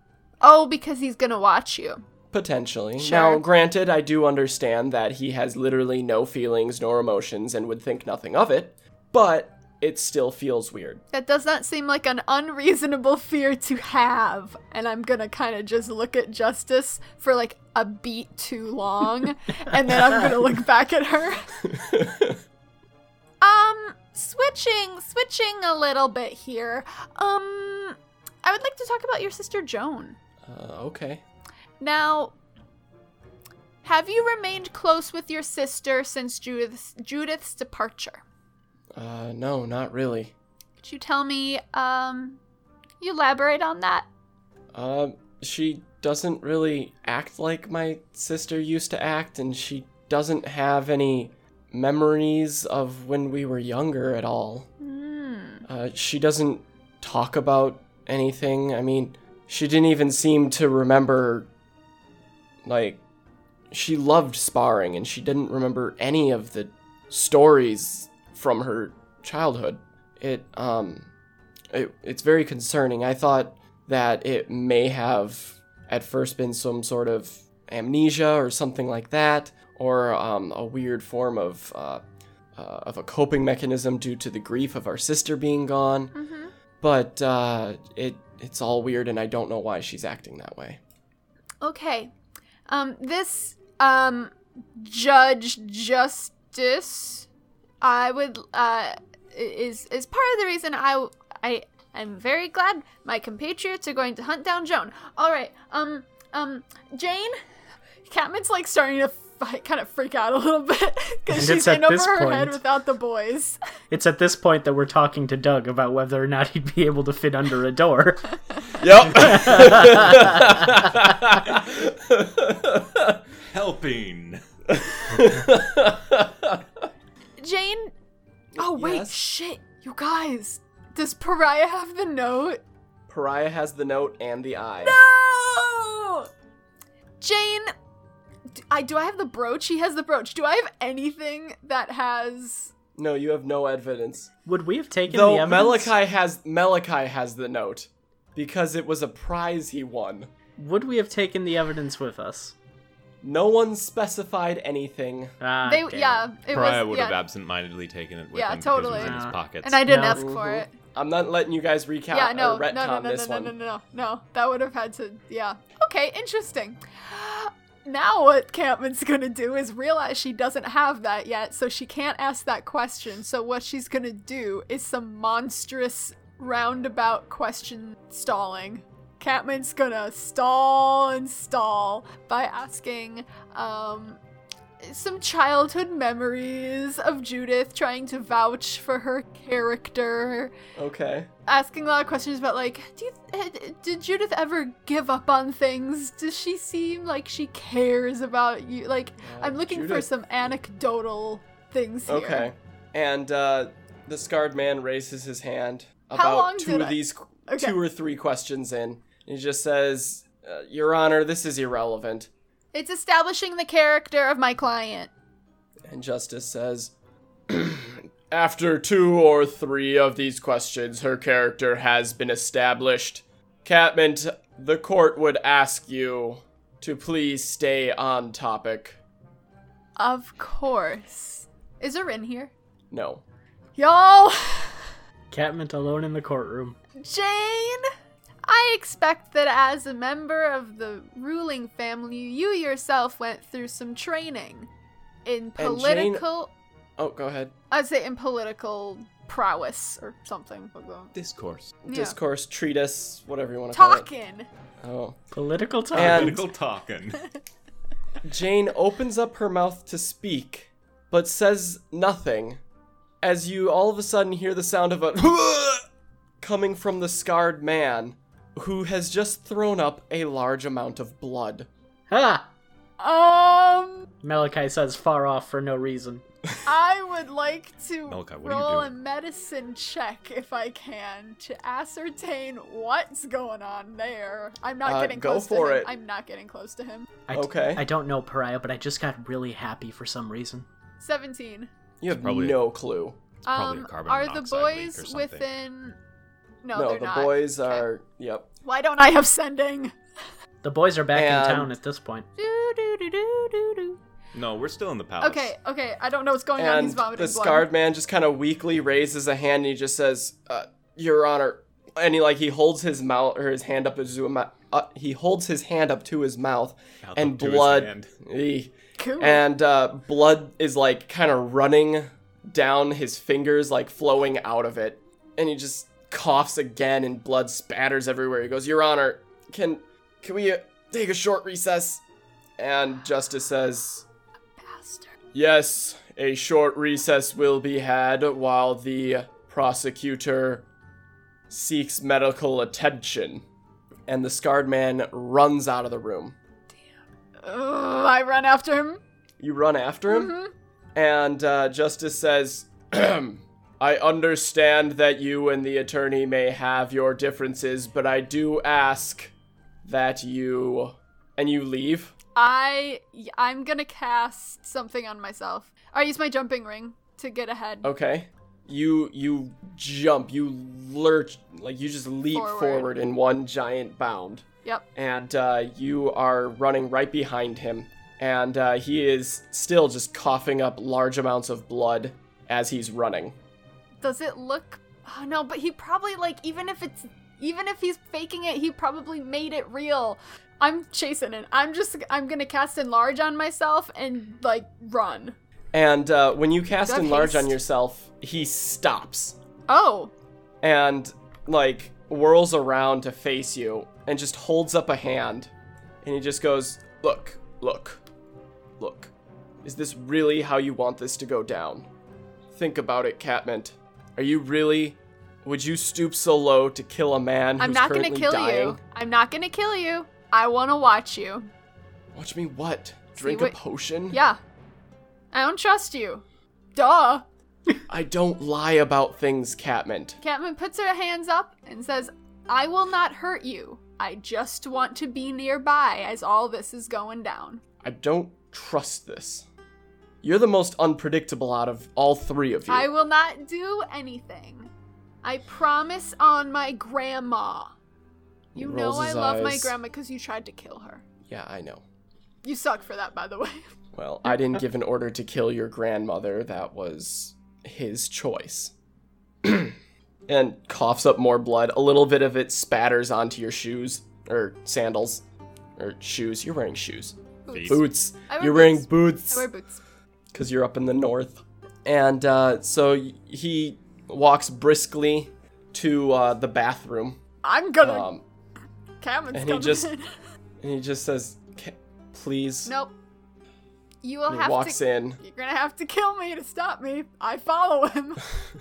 S2: Oh, because he's gonna watch you.
S1: Potentially.
S2: Sure.
S1: Now, granted, I do understand that he has literally no feelings nor emotions and would think nothing of it, but it still feels weird. <laughs>
S2: That does not seem like an unreasonable <laughs> fear to have. And I'm gonna kind of just look at Justice for like a beat too long, and then I'm gonna look back at her. um, switching, switching a little bit here. Um, I would like to talk about your sister Joan.
S1: Uh, okay.
S2: Now, have you remained close with your sister since Judith's, Judith's departure?
S1: Uh, no, not really.
S2: Could you tell me, um, could you elaborate on that?
S1: Um, she doesn't really act like my sister used to act, and she doesn't have any memories of when we were younger at all.
S2: Hmm.
S1: Uh, she doesn't talk about anything. I mean, she didn't even seem to remember. Like, she loved sparring, and she didn't remember any of the stories from her childhood. It um, it, it's very concerning. I thought that it may have at first been some sort of amnesia or something like that, or um, a weird form of uh, uh, of a coping mechanism due to the grief of our sister being gone.
S2: Mm-hmm.
S1: But uh, it it's all weird, and I don't know why she's acting that way.
S2: Okay. Um, this, um, Judge Justice, I would, uh, is, is part of the reason I, I, I'm very glad my compatriots are going to hunt down Joan. All right. Um, um, Jane, Catman's like starting to fi- kind of freak out a little <laughs> bit
S4: And
S2: because
S4: it's
S2: she's
S4: at
S2: in over
S4: this
S2: her head
S4: point-
S2: without the boys.
S4: It's at this point that we're talking to Doug about whether or not he'd be able to fit under
S2: <laughs>
S4: a door.
S1: Yep.
S3: <laughs> Helping.
S2: Jane. Oh wait,
S1: Yes?
S2: shit, you guys. Does Pariah have the note?
S1: Pariah has the note and the eye.
S2: No. Jane, do I do I have the brooch? He has the brooch. Do I have anything that has?
S1: No, you have no evidence.
S4: Would we have taken
S1: Though
S4: the evidence?
S1: Malachi has Malachi has the note because it was a prize he won.
S4: Would we have taken the evidence with us?
S1: No one specified anything.
S4: Ah,
S2: they
S4: damn it.
S2: yeah, it
S3: Pariah
S2: was
S3: would
S2: yeah,
S3: have absentmindedly taken it with
S2: Yeah,
S3: him because it was
S2: totally.
S3: in his
S4: Yeah.
S3: pockets.
S2: and I didn't
S4: No.
S2: ask for it.
S1: Mm-hmm. I'm not letting you guys recount
S2: yeah, no,
S1: or
S2: no,
S1: retcon
S2: no, no, no,
S1: this
S2: no,
S1: one.
S2: no, no, no, no. That would have had to. Yeah. Okay, interesting. <gasps> Now what Campman's gonna do is realize she doesn't have that yet, so she can't ask that question. So what she's gonna do is some monstrous roundabout question stalling. Catman's gonna stall and stall by asking um, some childhood memories of Judith, trying to vouch for her character,
S1: Okay.
S2: asking a lot of questions about like do you, eh, did judith ever give up on things does she seem like she cares about you like i'm
S1: Uh,
S2: looking for
S1: Judith-
S2: some anecdotal things here.
S1: Okay. And uh, the scarred man raises his hand
S2: How
S1: about
S2: long
S1: two
S2: did
S1: of
S2: I-
S1: these,
S2: Okay.
S1: two or three questions in. He just says, uh, "Your Honor, this is irrelevant."
S2: it's establishing the character of my client
S1: And Justice says, <clears throat> "After two or three of these questions, her character has been established. Catman, the court would ask you to please stay on topic."
S2: of course is her in here
S1: No.
S2: y'all <laughs>
S4: Catmint alone in the courtroom.
S2: Jane, I expect that as a member of the ruling family, you yourself went through some training
S1: Jane-
S2: in political.
S1: Oh, go ahead.
S2: I'd say in political prowess or something. like that.
S3: Discourse.
S2: Yeah.
S1: Discourse, treatise, whatever you want to call it.
S2: Talking.
S1: Oh.
S4: Political talk.
S1: And-
S3: Political
S2: <laughs>
S3: talking.
S1: Jane opens up her mouth to speak, but says nothing, as you all of a sudden hear the sound of a <laughs> coming from the scarred man, who has just thrown up a large amount of blood.
S4: ha!
S2: Um.
S4: Malachi says far off for no reason.
S2: I would like to
S3: Malachi, what are you
S2: roll a
S3: doing?
S2: medicine check if I can to ascertain what's going on there. I'm not
S1: Uh,
S2: getting
S1: go
S2: close
S1: for
S2: to him.
S1: it.
S2: I'm not getting close to him.
S4: I d-
S1: Okay.
S4: I don't know Pariah, but I just got really happy for some reason.
S2: 17.
S1: You have
S3: Probably-
S1: no clue.
S3: probably
S2: Um,
S3: a carbon
S2: are the
S3: monoxide leak or
S2: boys
S3: something.
S2: within? No,
S1: no,
S2: they're
S1: the
S2: not.
S1: boys
S2: Okay.
S1: are. Yep.
S2: Why don't I have sending?
S4: The boys are back
S1: And-
S4: in town at this point.
S2: Do, do, do, do, do, do.
S3: No, we're still in the palace.
S2: Okay, okay. I don't know what's going on.
S1: and
S2: Oh, He's vomiting
S1: the
S2: blood.
S1: scarred man just kind of weakly raises a hand and he just says, uh, "Your Honor," and he like he holds his mouth or his hand up his uh, he holds his hand up to his mouth
S3: Out
S1: and
S3: to his
S1: blood,
S3: hand.
S1: Eh.
S2: Cool.
S1: and uh, blood is like kind of running down his fingers, like flowing out of it, and he just coughs again and blood spatters everywhere. He goes, "Your Honor, can can we uh, take a short recess?" And Justice says,
S2: Bastard.
S1: Yes, a short recess will be had while the prosecutor seeks medical attention. And the scarred man runs out of the room.
S2: Ugh, I run after him.
S1: You run after him,
S2: Mhm.
S1: and uh, Justice says, <clears throat> I understand that you and the attorney may have your differences, but I do ask that you. And you leave?
S2: I y- I'm gonna cast something on myself. I use my jumping ring to get ahead.
S1: Okay. You you jump, you lurch, like you just leap
S2: Forward.
S1: forward, in one giant bound,
S2: Yep.
S1: and uh, you are running right behind him, and uh, he is still just coughing up large amounts of blood as he's running.
S2: Does it look? Oh, no, but he probably like even if it's even if he's faking it, he probably made it real. I'm chasing it. I'm just I'm gonna cast enlarge on myself and like run.
S1: And uh, when you cast
S2: Do I have
S1: enlarge on
S2: haste?
S1: yourself, he stops
S2: Oh,
S1: and like whirls around to face you and just holds up a hand and he just goes look look look is this really how you want this to go down think about it catmint are you really would you stoop so low to kill a man
S2: I'm
S1: who's
S2: not gonna
S1: currently
S2: kill
S1: dying
S2: you. I'm not gonna kill you. I wanna watch you.
S1: watch me what drink
S2: what-
S1: a potion
S2: Yeah. I don't trust you. Duh.
S1: i don't lie about things catmint
S2: Catman puts her hands up and says, I will not hurt you. I just want to be nearby as all this is going down.
S1: i don't trust this you're the most unpredictable out of all three of you
S2: I will not do anything. I promise on my grandma. You know
S1: Rolls
S2: I
S1: his
S2: love my
S1: eyes.
S2: grandma because you tried to kill her.
S1: yeah i know
S2: You suck for that, by the way. <laughs>
S1: Well, I didn't give an order to kill your grandmother. That was his choice. <clears throat> and coughs up more blood. A little bit of it spatters onto your shoes or sandals or shoes. You're wearing shoes.
S3: Feet.
S1: Boots.
S2: I wear
S1: You're wearing
S2: boots. I
S1: boots
S2: wear boots.
S1: because you're up in the north. And uh, so y- he walks briskly to uh, the bathroom.
S2: I'm gonna.
S1: Um,
S2: Catman's
S1: and he
S2: coming
S1: just-
S2: in. <laughs>
S1: and he just says, "Ca- please.
S2: nope. You will
S1: And he
S2: have
S1: walks
S2: to.
S1: in.
S2: You're gonna have to kill me to stop me. I follow
S1: <laughs>
S2: him.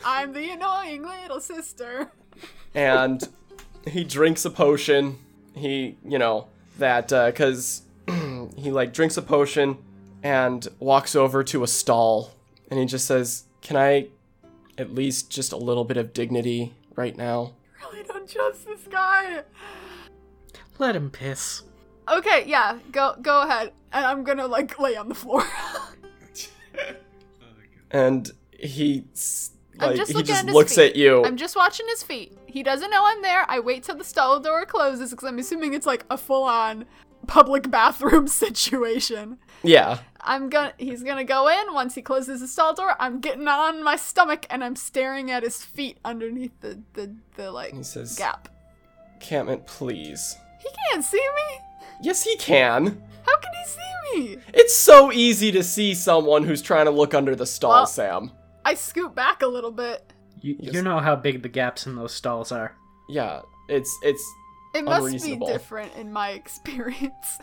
S2: I'm the annoying little sister.
S1: and <laughs> he drinks a potion. He, you know, that because <clears throat> he like drinks a potion and walks over to a stall, and he just says, "Can I at least just a little bit of dignity right now?"
S2: really don't trust this guy.
S4: Let him piss.
S2: Okay, yeah, go go ahead. And I'm gonna like lay on the floor. <laughs>
S1: And he s-
S2: I'm
S1: like
S2: just
S1: he
S2: looking
S1: just
S2: at his
S1: looks
S2: feet.
S1: at you.
S2: I'm just watching his feet. He doesn't know I'm there. I wait till the stall door closes because I'm assuming it's like a full on public <laughs> bathroom situation.
S1: yeah,
S2: I'm gonna he's gonna go in. Once he closes the stall door, I'm getting on my stomach and I'm staring at his feet underneath the the, the like
S1: he says,
S2: gap.
S1: "Campment, please."
S2: He can't see me.
S1: Yes, he can.
S2: How can he see me?
S1: It's so easy to see someone who's trying to look under the stall,
S2: Well-
S1: Sam.
S2: I scoot back a little bit.
S4: You,
S1: Yes.
S4: you know how big the gaps in those stalls are.
S1: Yeah, it's it's
S2: It must be
S1: Unreasonable.
S2: different in my <laughs> experience.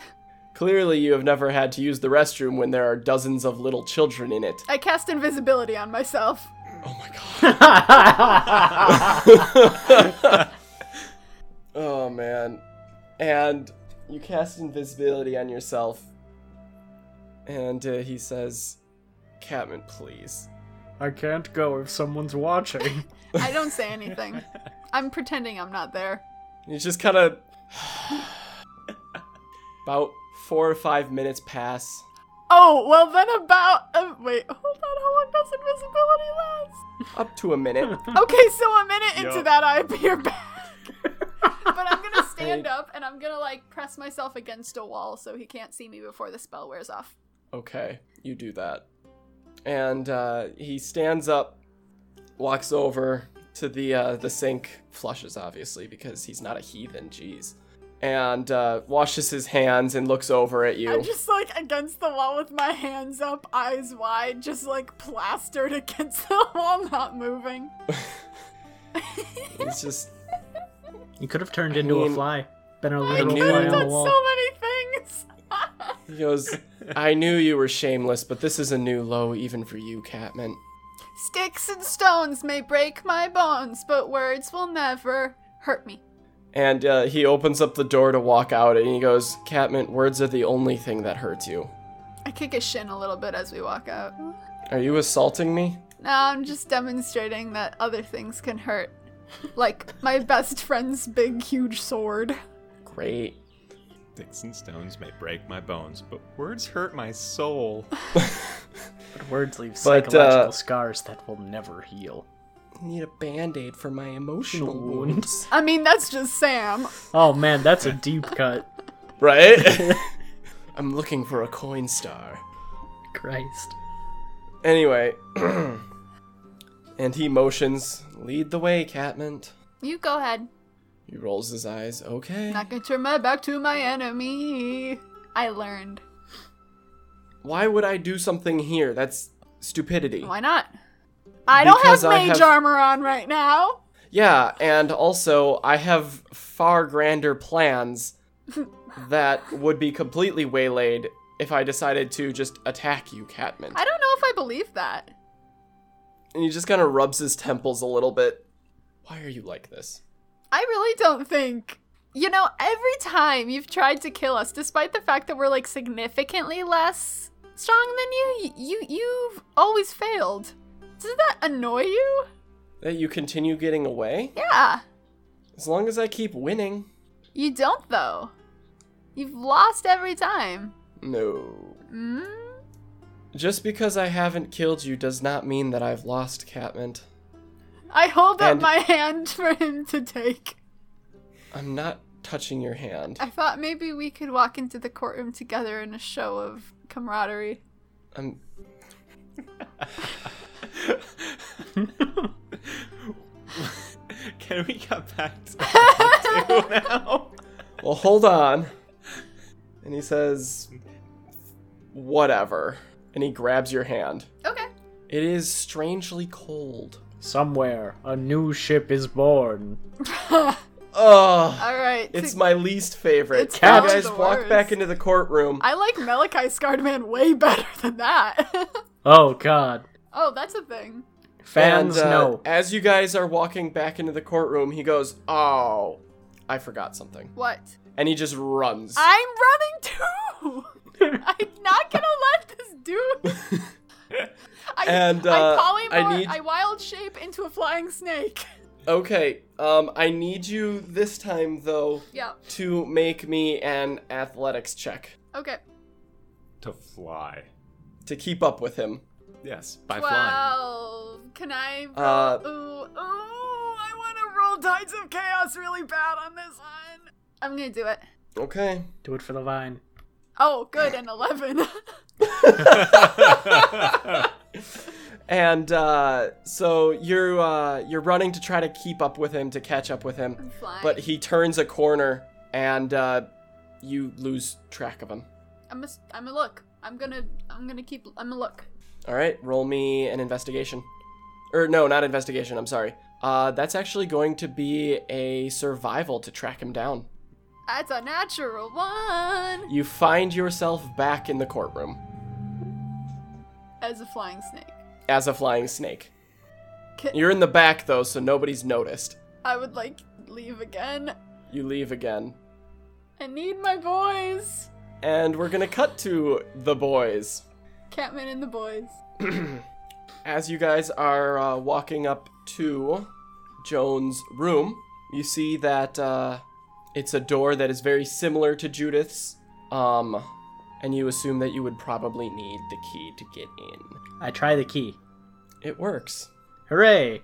S1: Clearly, you have never had to use the restroom when there are dozens of little children in it. <laughs>
S2: I cast invisibility on myself.
S1: Oh my
S4: I
S1: god. oh man. And you cast invisibility on yourself. And uh, he says, Catman, please.
S4: I can't go if someone's watching.
S2: I don't say anything. I'm pretending I'm not there.
S1: And It's just kind of <sighs> about four or five minutes pass.
S2: Oh, well, then about. Uh, wait, hold on. How long does invisibility last?
S1: Up to a minute.
S2: Okay, so a minute into
S3: Yo.
S2: that, I appear back. but I'm gonna stand up and I'm gonna, like, press myself against a wall so he can't see me before the spell wears off.
S1: Okay, you do that. And uh, he stands up, walks over to the uh, the sink, flushes obviously because he's not a heathen. Jeez, and uh, washes his hands and looks over at you.
S2: I'm just, like, against the wall with my hands up, eyes wide, just, like, plastered <laughs> against the wall, not moving.
S1: It's just
S4: <laughs> You could have turned into
S1: mean,
S4: a fly. Been a
S2: I
S4: little
S2: could
S1: knew
S4: fly
S2: have
S4: on the
S2: done
S4: wall.
S2: so many things.
S1: he goes. I knew you were shameless, but this is a new low even for you, Catman.
S2: Sticks and stones may break my bones, but words will never hurt me.
S1: And uh, he opens up the door to walk out, and he goes, Catman, words are the only thing that hurts you.
S2: I kick his shin a little bit as we walk out.
S1: Are you assaulting me?
S2: No, I'm just demonstrating that other things can hurt. Like my best friend's big, huge sword.
S1: Great.
S3: Sticks and stones may break my bones, but words hurt my soul.
S4: But words leave
S1: But,
S4: psychological
S1: uh,
S4: scars that will never heal.
S1: need a band-aid for my emotional
S4: Wounds.
S1: wounds.
S2: I mean, that's just Sam.
S4: Oh man, that's
S1: <laughs>
S4: a deep cut.
S2: <laughs>
S1: Right? I'm looking for a coin star.
S4: Christ.
S1: Anyway. <clears throat> and he motions, lead the way, Catmint.
S2: You go ahead.
S1: He rolls his eyes, okay.
S2: Not gonna turn my back to my enemy. I learned.
S1: Why would I do something here? That's stupidity.
S2: Why not? I don't
S1: Because
S2: have
S1: I
S2: mage
S1: have-
S2: armor on right now.
S1: Yeah, and also, I have far grander
S2: <laughs>
S1: plans that would be completely waylaid if I decided to just attack you, Catmint.
S2: I don't know if I believe that.
S1: And he just kind of rubs his temples a little bit. Why are you like this?
S2: I really don't think. You know, every time you've tried to kill us, despite the fact that we're like significantly less strong than you, you you've always failed. Does that annoy you?
S1: That you continue getting away?
S2: Yeah.
S1: As long as I keep winning.
S2: You don't though. You've lost every time.
S1: No.
S2: Mm?
S1: Just because I haven't killed you does not mean that I've lost, Catmint.
S2: I hold up
S1: And-
S2: my hand <laughs> for him to take.
S1: I'm not touching your hand.
S2: I thought maybe we could walk into the courtroom together in a show of camaraderie.
S1: I'm
S3: <laughs> Can we get back to what we do now?
S1: Well, hold on. And he says whatever. And he grabs your hand.
S2: <laughs> Okay.
S1: It is strangely cold.
S4: Somewhere, a new ship is born.
S1: Ugh.
S2: All right.
S1: It's
S2: to-
S1: my least favorite.
S2: Uh, It's
S1: you
S2: probably
S1: guys
S2: the
S1: walk
S2: worst.
S1: back into the courtroom.
S2: I like Malachi Scarred-Man way <laughs> better than that. <laughs>
S4: Oh god.
S2: Oh, that's a thing.
S4: Fans
S1: and, uh,
S4: know.
S1: As you guys are walking back into the courtroom, he goes, "Oh, I forgot something,"
S2: What?
S1: and he just runs.
S2: I'm running too. <laughs> I'm not gonna let this dude. I,
S1: And, uh,
S2: I polymorph.
S1: I
S2: I,
S1: need-
S2: wild shape into a flying snake. <laughs>
S1: okay, um, I need you this time though
S2: Yeah.
S1: to make me an athletics check
S2: Okay.
S3: To fly.
S1: to keep up with him.
S3: Yes, by flying.
S2: Twelve. Can I? Roll?
S1: Uh,
S2: ooh, ooh! I want to roll Tides of Chaos really bad on this one. I'm gonna do it.
S1: Okay.
S4: Do it for the vine.
S2: Oh, good. An eleven. <laughs>
S3: <laughs>
S1: And uh, so you're uh, you're running to try to keep up with him to catch up with him,
S2: Flying.
S1: but he turns a corner and uh, you lose track of him.
S2: I'm a. s- I'm a look. I'm gonna. I'm gonna keep. I'm a look.
S1: All right, roll me an investigation, or no, not investigation. I'm sorry. Uh, that's actually going to be a survival to track him down.
S2: That's a natural one.
S1: You find yourself back in the courtroom
S2: As a flying snake.
S1: as a flying snake.
S2: Ca-
S1: You're in the back though, so nobody's noticed.
S2: I would like leave again.
S1: You leave again,
S2: I need my boys.
S1: and we're gonna cut to the boys.
S2: Catman and the boys.
S1: As you guys are uh, walking up to Joan's room, you see that uh, it's a door that is very similar to Judith's, um, and you assume that you would probably need the key to get in.
S4: I try the key.
S1: It works.
S4: Hooray!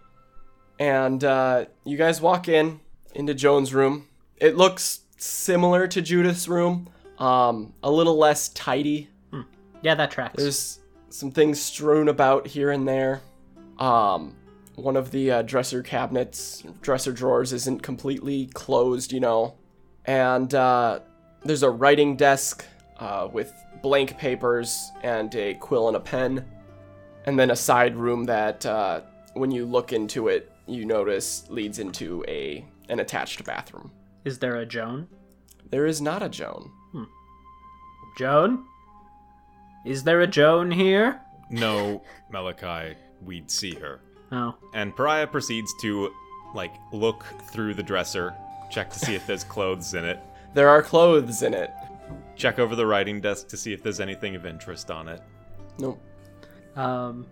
S1: And uh, you guys walk in into Joan's room. It looks similar to Judith's room, um, a little less tidy.
S4: Yeah, that tracks.
S1: There's some things strewn about here and there. Um, one of the uh, dresser cabinets, dresser drawers isn't completely closed, you know. And uh, there's a writing desk uh, with blank papers and a quill and a pen. And then a side room that, uh, when you look into it, you notice leads into a an attached bathroom.
S4: Is there a Joan?
S1: There is not a Joan.
S4: Joan? Is there a Joan here?
S3: No, Malachi, we'd see her.
S4: Oh.
S3: And Pariah proceeds to, like, look through the dresser, check to see if there's clothes in it,
S1: There are clothes in it.
S3: check over the writing desk to see if there's anything of interest on it.
S1: Nope.
S4: Um,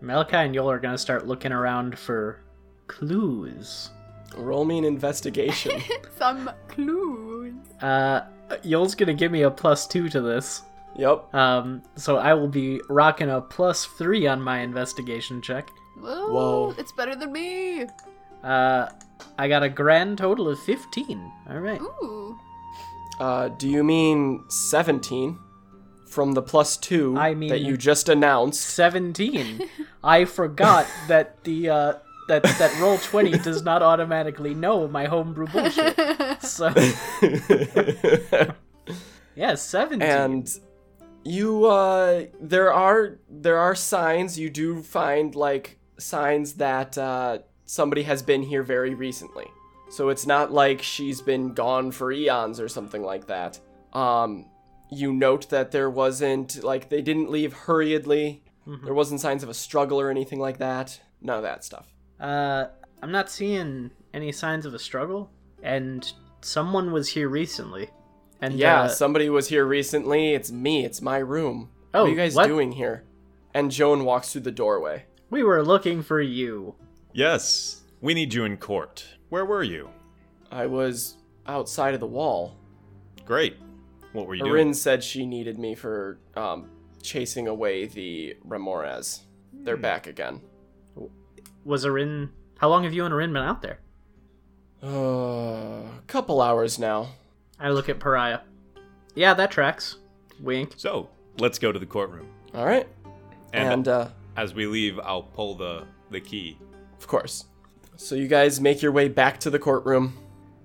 S4: Malachi and Yol are gonna start looking around for clues.
S1: Roll me an investigation.
S2: Some clues.
S4: Uh, Yol's gonna give me a plus two to this.
S1: yep.
S4: Um, so I will be rocking a plus three on my investigation check.
S2: Whoa,
S1: Whoa.
S2: It's better than me.
S4: Uh, I got a grand total of 15. Alright.
S2: Ooh.
S1: Uh, do you mean 17 from the plus 2
S4: I mean- <laughs>
S1: that you just announced?
S4: 17. I forgot that the, uh, that, that roll 20 does not automatically know my homebrew
S2: <laughs>
S4: bullshit. So, yeah, 17.
S1: and you uh there are there are signs you do find like signs that uh somebody has been here very recently. So it's not like she's been gone for eons or something like that. Um you note that there wasn't like they didn't leave hurriedly.
S4: Mhm.
S1: There wasn't signs of a struggle or anything like that. None of that stuff.
S4: Uh, I'm not seeing any signs of a struggle, and someone was here recently. And
S1: Yeah,
S4: uh,
S1: somebody was here recently. It's me. It's my room.
S4: oh,
S1: what are you guys
S4: what?
S1: doing here? And Joan walks through the doorway.
S4: We were looking for you.
S3: Yes, we need you in court. Where were you?
S1: I was outside of the wall.
S3: Great. What were you
S1: Erin
S3: doing?
S1: said she needed me for um, chasing away the Ramores. They're
S3: Hmm.
S1: back again.
S4: Was Arin? How long have you and Arin been out there?
S1: Uh, a Uh, couple hours now.
S4: I look at Pariah. Yeah, that tracks. Wink.
S3: So, let's go to the courtroom.
S1: All right.
S3: And,
S1: And uh,
S3: as we leave, I'll pull the, the key.
S1: of course. So you guys make your way back to the courtroom.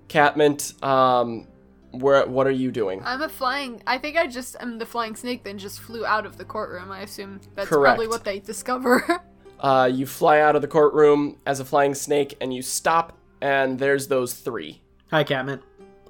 S1: Catmint, um, where? What are you doing?
S2: I'm a flying. I think I just am the flying snake. Then just flew out of the courtroom. I assume that's probably
S1: Correct.
S2: what they discover. <laughs>
S1: Uh, you fly out of the courtroom as a flying snake, and you stop. And there's those three.
S4: Hi, Catman.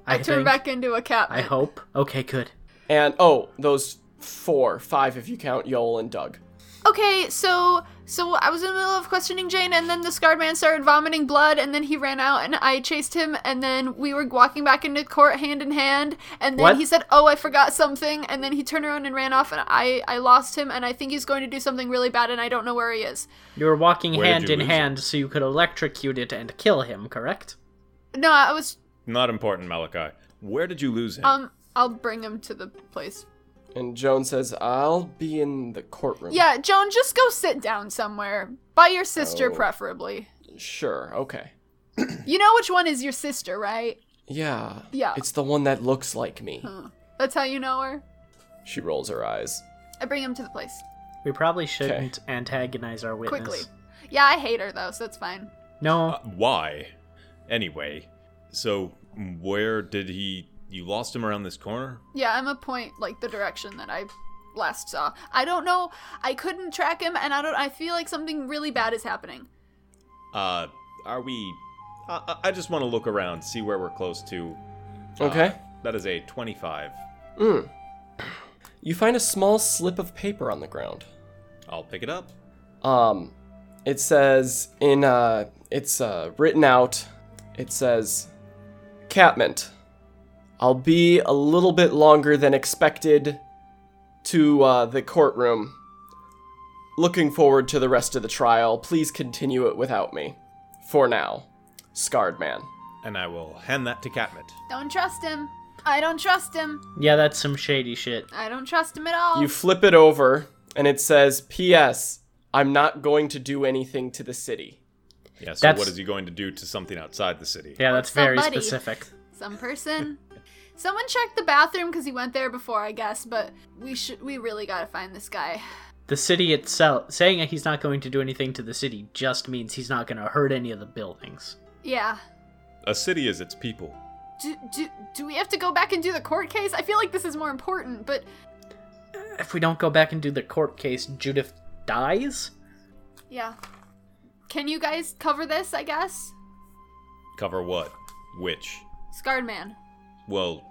S2: I, turn
S4: think-
S2: back into a cat.
S4: I hope. Okay, good.
S1: And oh, those four, five if you count Yoel and Doug.
S2: Okay, so so I was in the middle of questioning Jane, and then the scarred man started vomiting blood, and then he ran out, and I chased him, and then we were walking back into court hand in hand, and then
S4: What?
S2: he said, "Oh, I forgot something," and then he turned around and ran off, and I I lost him, and I think he's going to do something really bad, and I don't know where he is.
S4: You were walking
S3: Where did
S4: hand
S3: you
S4: in
S3: lose it?
S4: hand, so you could electrocute it and kill him. Correct.
S2: No, I was
S3: Not important, Malachi. Where did you lose him?
S2: um. I'll bring him to the place.
S1: And Joan says, I'll be in the courtroom.
S2: Yeah, Joan, just go sit down somewhere by your sister,
S1: Oh.
S2: preferably.
S1: Sure, okay.
S2: You know which one is your sister, right?
S1: Yeah.
S2: Yeah.
S1: It's the one that looks like me.
S2: That's how you know her.
S1: She rolls her eyes.
S2: I bring him to the place
S4: We probably shouldn't antagonize our witness.
S2: quickly. Yeah, I hate her though, so it's fine.
S4: No.
S3: Uh, why? Anyway, so where did he? You lost him around this corner.
S2: Yeah, I'm a point like the direction that I last saw. I don't know. I couldn't track him, and I don't. I feel like something really bad is happening.
S3: Uh, are we? I, I- I just want to look around, see where we're close to. Uh,
S1: Okay.
S3: That is a twenty-five.
S1: Mm. You find a small slip of paper on the ground.
S3: I'll pick it up.
S1: Um, it says in uh, it's uh, written out. It says, "Catmint, I'll be a little bit longer than expected to uh, the courtroom. Looking forward to the rest of the trial. Please continue it without me. For now. Scarred man.
S3: And I will hand that to Catmint.
S2: Don't trust him. I don't trust him.
S4: Yeah, that's some shady shit.
S2: I don't trust him at all.
S1: You flip it over, and it says, P.S. I'm not going to do anything to the city.
S3: Yeah, so
S4: That's-
S3: what is he going to do to something outside the city?
S4: Yeah, that's very
S2: Somebody.
S4: specific.
S2: Some person. Someone checked the bathroom because he went there before, I guess. But we should. We really gotta find this guy.
S4: The city itself, saying that he's not going to do anything to the city just means he's not going to hurt any of the buildings.
S2: Yeah.
S3: A city is its people.
S2: Do, do, do we have to go back and do the court case? I feel like this is more important, but
S4: If we don't go back and do the court case, Judith dies?
S2: yeah. Can you guys cover this, I guess?
S3: Cover what? Which?
S2: Scarred man.
S3: Well,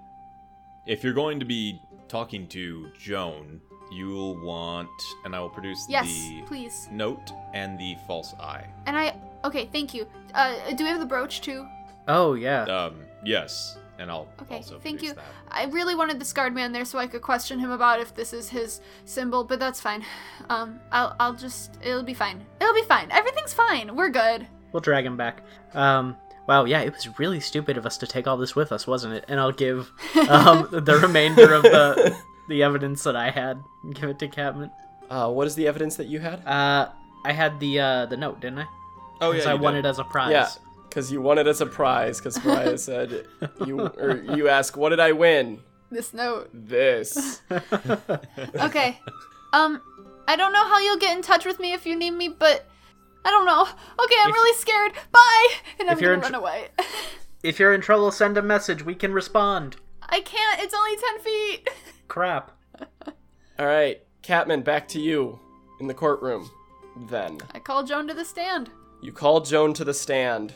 S3: if you're going to be talking to Joan, you'll want, and I will produce
S2: Yes,
S3: the
S2: please.
S3: note and the false eye.
S2: And I. Okay, thank you. Uh, do we have the brooch too?
S4: Oh, yeah.
S3: Um, yes, and I'll
S2: Okay,
S3: also
S2: thank
S3: produce
S2: you.
S3: that.
S2: I really wanted the scarred man there so I could question him about if this is his symbol, but that's fine. Um, I'll, I'll just. It'll be fine. It'll be fine. Everything's fine. We're good.
S4: We'll drag him back. Um, wow, yeah, it was really stupid of us to take all this with us, wasn't it? And I'll give
S3: <laughs>
S4: um, the remainder of the the evidence that I had and give it to Catman.
S1: <laughs> Uh, what is the evidence that you had?
S4: Uh, I had the uh, the note, didn't I?
S3: Oh
S4: 'Cause
S3: yeah,
S4: I
S3: you
S4: won
S3: did.
S4: it as a prize.
S1: Yeah, because you won it as a prize. Because
S2: <laughs>
S1: Mariah said, "You or you ask, what did I win?
S2: This note. <laughs>
S1: This."
S4: <laughs>
S2: Okay. Um, I don't know how you'll get in touch with me if you need me, but I don't know. Okay, I'm
S4: If-
S2: really scared. Bye! And I'm
S4: if you're
S2: gonna
S4: in
S2: run
S4: tr-
S2: away. <laughs>
S4: If you're in trouble, send a message. We can respond.
S2: I can't, it's only 10 feet.
S4: Crap.
S1: All right, Catman, back to you in the courtroom. Then
S2: I call Joan to the stand.
S1: you call Joan to the stand.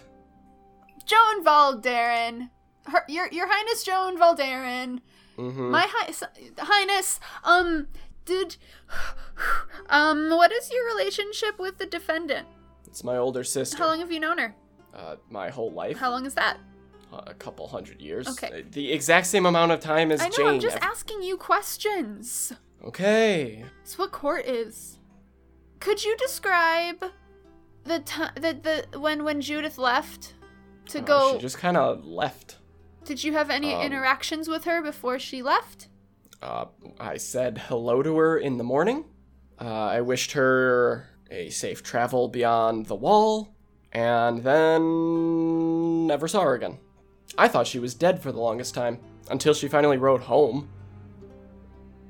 S2: Joan Valderin. Her, your, your Highness Joan Valderin.
S1: Mm-hmm.
S2: My hi- s- Highness, um, did. Um, what is your relationship with the defendant?
S1: it's my older sister.
S2: How long have you known her?
S1: uh, my whole life,
S2: How long is that?
S1: uh, a couple hundred years.
S2: Okay.
S1: Uh, The exact same amount of time as
S2: I know,
S1: Jane.
S2: I'm just
S1: I've-
S2: asking you questions.
S1: okay.
S2: It's what court is. Could you describe the time the, the when when Judith left to
S1: Uh,
S2: go?
S1: She just kind of left.
S2: Did you have any
S1: um,
S2: interactions with her before she left?
S1: Uh, I said hello to her in the morning. Uh, I wished her a safe travel beyond the wall, and then never saw her again. I thought she was dead for the longest time until she finally rode home.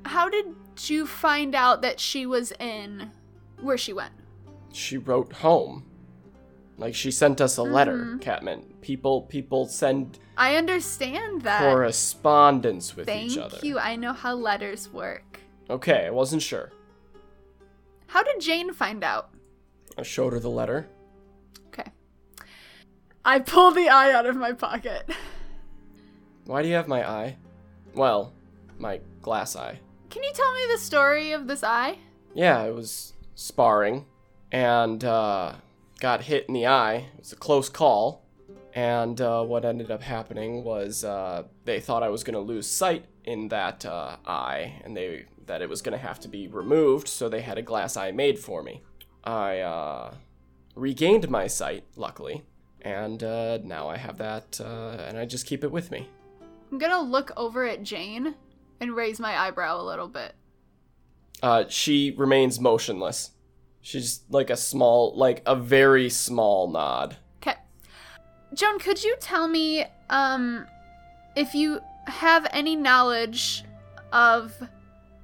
S2: How did you find out that she was in where she went?
S1: She wrote home, like she sent us a letter.
S2: Mhm.
S1: Catman, people, people send
S2: I understand that.
S1: correspondence with
S2: Uh, Thank
S1: each other.
S2: you. I know how letters work.
S1: Okay, I wasn't sure.
S2: How did Jane find out?
S1: I showed her the letter.
S2: Okay. I pull the eye out of my pocket.
S1: Why do you have my eye? Well, my glass eye.
S2: Can you tell me the story of this eye?
S1: Yeah, it was sparring and uh, got hit in the eye. It was a close call. And uh, what ended up happening was uh, they thought I was going to lose sight in that uh, eye and they that it was going to have to be removed, so they had a glass eye made for me. I uh, regained my sight, luckily, and uh, now I have that, uh, and I just keep it with me.
S2: I'm gonna look over at Jane and raise my eyebrow a little bit.
S1: Uh, she remains motionless. She's like a small, like a very small nod.
S2: Okay. Joan, could you tell me um if you have any knowledge of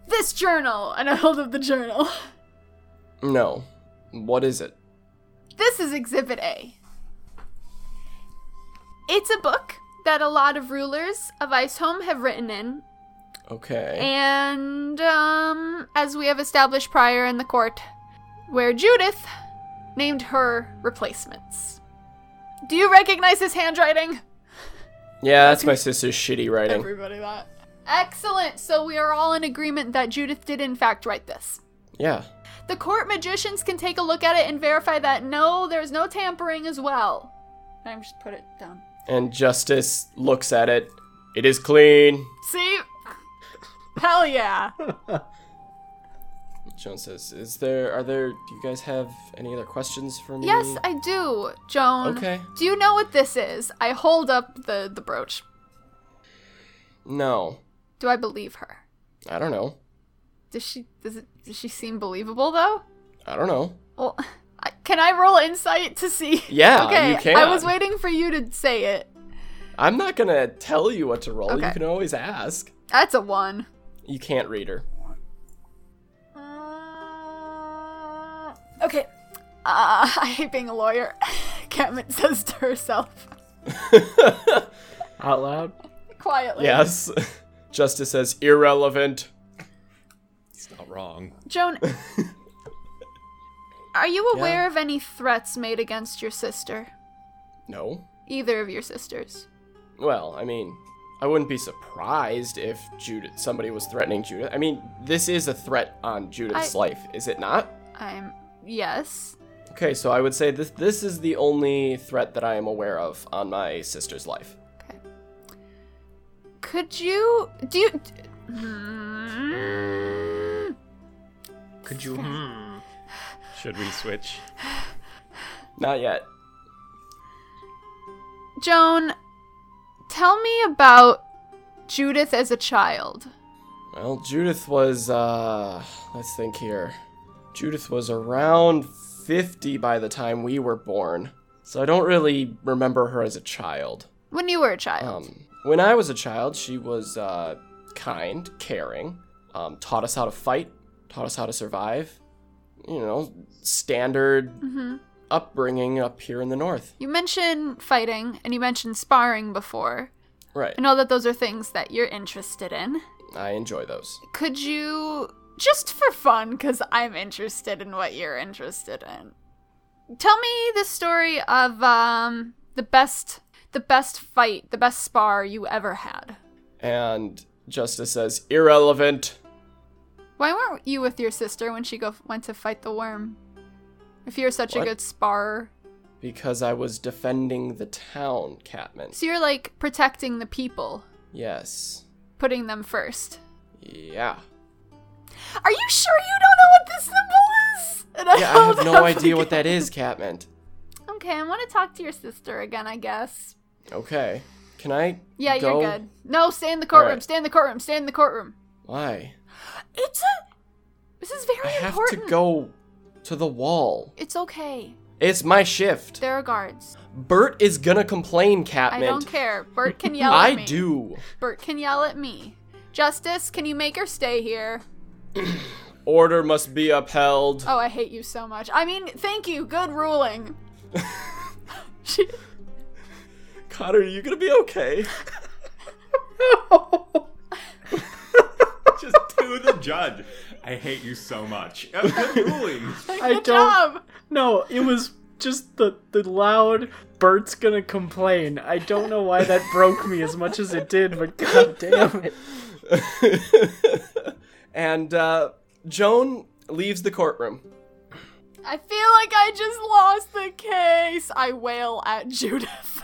S2: this journal? And I hold up the journal. <laughs>
S1: No. What is it?
S2: This is Exhibit A. It's a book that a lot of rulers of Iceholm have written in,
S1: Okay.
S2: and um, as we have established prior in the court, where Judith named her replacements. Do you recognize his handwriting?
S1: yeah, that's my sister's shitty writing.
S2: Everybody that. Excellent. So we are all in agreement that Judith did in fact write this.
S1: yeah.
S2: The court magicians can take a look at it and verify that no, there's no tampering as well. I'm just put it down.
S1: And Justice looks at it. It is clean.
S2: See? Hell yeah.
S1: Joan says, "Is there? Are there? Do you guys have any other questions for me?"
S2: Yes, I do, Joan.
S1: Okay.
S2: Do you know what this is? I hold up the the brooch.
S1: no,
S2: Do I believe her?
S1: I don't know.
S2: Does she does it does she seem believable though?
S1: I don't know.
S2: Well, I, can I roll insight to see?
S1: Yeah,
S2: okay.
S1: you can.
S2: I was waiting for you to say it.
S1: I'm not gonna tell you what to roll. You
S2: Okay.
S1: can always ask.
S2: That's a one.
S1: You can't read her. <laughs>
S2: Uh, okay. Uh, <laughs> I hate being a lawyer. <laughs> Catmint says to herself <laughs>
S4: Out loud?
S2: quietly.
S1: Yes. <laughs> Justice says irrelevant.
S3: It's not wrong.
S2: Joan, are you aware of any threats made against your sister?
S1: No.
S2: Either of your sisters?
S1: Well, I mean, I wouldn't be surprised if Judith somebody was threatening Judith. I mean, this is a threat on Judith's
S2: I-
S1: life, is it not?
S2: I'm. Yes.
S1: Okay, so I would say this this is the only threat that I am aware of on my sister's life.
S2: Could you. Do you. Hmm.
S4: Could
S3: <laughs>
S4: you? Hmm.
S3: Should we switch?
S1: Not yet.
S2: Joan, tell me about Judith as a child.
S1: Well, Judith was uh let's think here. Judith was around 50 by the time we were born. So I don't really remember her as a child.
S2: When you were a child.
S1: Um, when I was a child, she was uh, kind, caring, um, taught us how to fight, taught us how to survive. You know, standard
S2: hmm
S1: upbringing up here in the north.
S2: You mentioned fighting and you mentioned sparring before.
S1: Right.
S2: I know that those are things that you're interested in.
S1: I enjoy those.
S2: Could you, just for fun, because I'm interested in what you're interested in, tell me the story of um, the best, the best fight, the best spar you ever had.
S1: And Justice says, irrelevant.
S2: Why weren't you with your sister when she go went to fight the worm? If you're such
S1: What?
S2: a good sparer,
S1: Because I was defending the town, Catman.
S2: so you're like protecting the people,
S1: Yes.
S2: putting them first.
S1: Yeah.
S2: Are you sure you don't know what this symbol is? <laughs> And
S1: Yeah, I have
S2: held
S1: no
S2: up
S1: idea what
S2: again.
S1: that is, Catman.
S2: Okay, I want to talk to your sister again, I guess.
S1: Okay. Can I?
S2: Yeah,
S1: go?
S2: you're good. No, stay in the courtroom.
S1: right.
S2: Stay in the courtroom. Stay in the courtroom.
S1: Why?
S2: It's a. This is very
S1: I have
S2: important.
S1: to go to the wall.
S2: It's okay.
S1: It's my shift.
S2: There are guards.
S1: Bert is gonna complain, Catmint.
S2: I don't care.
S1: <laughs>
S2: Bert can yell
S1: I
S2: at me.
S1: do.
S2: Bert can yell at me. Justice, can you make her stay here?
S1: Order must be upheld.
S2: Oh, I hate you so much. I mean, thank you.
S1: <laughs>
S2: Good ruling. she.
S1: Connor, are you gonna be okay?
S3: <laughs> Just to the judge. I hate you so much. <laughs> Uh, Good ruling.
S4: I
S2: Good
S4: don't.
S2: job.
S4: No, it was just the the loud. Bert's gonna complain. I don't know why that broke me as much as it did, but <laughs> god damn it.
S1: <laughs> and uh, Joan leaves the courtroom.
S2: I feel like I just lost the case. I wail at <laughs> Judith.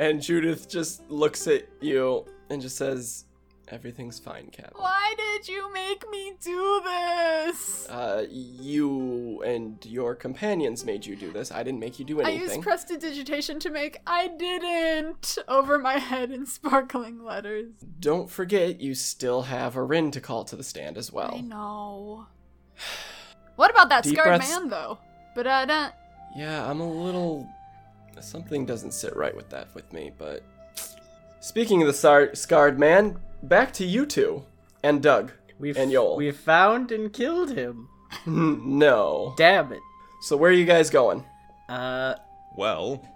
S1: And Judith just looks at you and just says, Everything's fine, Cat.
S2: Why did you make me do this?
S1: Uh, you and your companions made you do this. I didn't make you do
S2: I
S1: anything.
S2: used prestidigitation to make I didn't over my head in <laughs> sparkling letters.
S1: Don't forget, you still have Arin to call to the stand as well.
S2: I know. <sighs> What about that
S1: Deep
S2: scarred
S1: breaths.
S2: man though? But I don't.
S1: Yeah, I'm a little. Something doesn't sit right with that with me, but. Speaking of the sar- scarred man, back to you two. And Doug. <laughs>
S4: We've
S1: And Yoel.
S4: we found and killed him.
S1: no.
S4: Damn it.
S1: So, where are you guys going? <laughs>
S4: Uh,
S3: Well,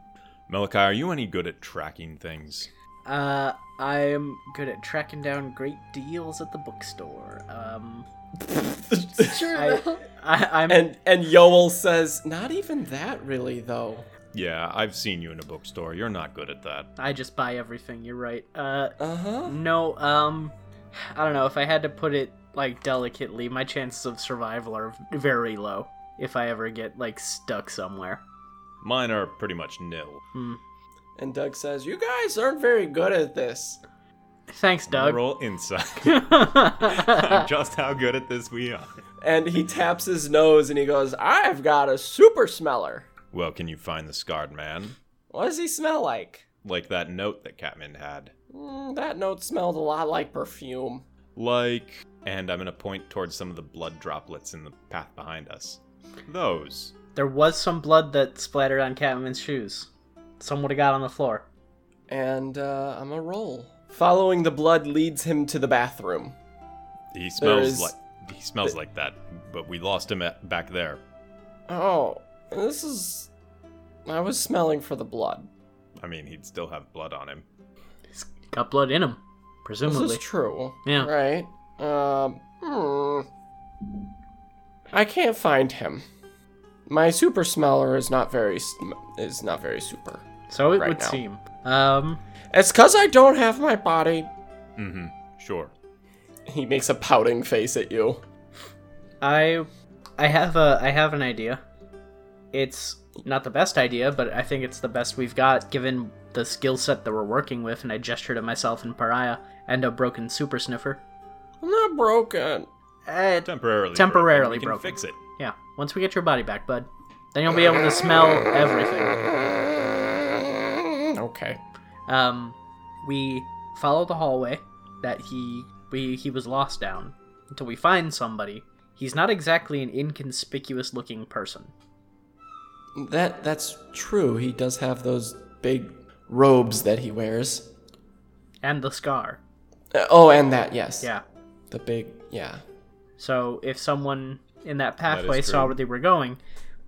S3: Malachi, are you any good at tracking things?
S4: uh, I'm good at tracking down great deals at the bookstore. Um,
S2: Sure.
S4: <laughs> I,
S2: though.
S4: I I'm
S1: and and Yoel says, Not even that, really, though.
S3: Yeah, I've seen you in a bookstore. You're not good at that.
S4: I just buy everything. You're right. Uh,
S1: Uh huh.
S4: no. Um, I don't know if I had to put it like delicately. My chances of survival are very low if I ever get like stuck somewhere.
S3: Mine are pretty much nil.
S4: Hmm.
S1: And Doug says, You guys aren't very good at this.
S4: Thanks, Doug.
S3: Roll insight.
S1: <laughs>
S4: <laughs>
S3: <laughs> Just how good at this we are.
S1: And he taps his nose and he goes, I've got a super smeller.
S3: Well, can you find the scarred man?
S1: What does he smell like?
S3: Like that note that Catman had.
S1: Mm, that note smelled a lot like perfume.
S3: Like, and I'm gonna point towards some of the blood droplets in the path behind us. Those.
S4: There was some blood that splattered on Catman's shoes. Some would have got on the floor.
S1: And uh, I'm a roll. Following the blood leads him to the bathroom.
S3: He smells
S1: is-
S3: like he smells like that, but we lost him at, back there.
S1: Oh, this is. I was smelling for the blood.
S3: I mean, he'd still have blood on him.
S4: He's got blood in him,
S1: This
S4: presumably.
S1: is true.
S4: Yeah.
S1: Right? Um. hmm. I can't find him. My super smeller is not very sm- is not very super.
S4: so it
S1: right
S4: would
S1: now.
S4: seem. Um,
S1: It's cause I don't have my body.
S3: Mm-hmm. Sure.
S1: He makes a pouting face at you.
S4: I, I have a, I have an idea. It's not the best idea, but I think it's the best we've got given the skill set that we're working with. And I gesture to myself and Pariah and a broken super sniffer.
S1: I'm not broken.
S4: Eh,
S3: Temporarily.
S4: Temporarily
S3: broken. We can
S4: broken.
S3: Fix it.
S4: yeah. Once we get your body back, bud, then you'll be able to smell everything.
S1: Okay.
S4: Um, we follow the hallway that he we he was lost down until we find somebody. He's not exactly an inconspicuous looking person.
S1: That that's true. He does have those big robes that he wears.
S4: And the scar.
S1: Uh, oh, and that yes.
S4: Yeah.
S1: The big yeah.
S4: So if someone in that pathway
S3: true.
S4: saw where they were going,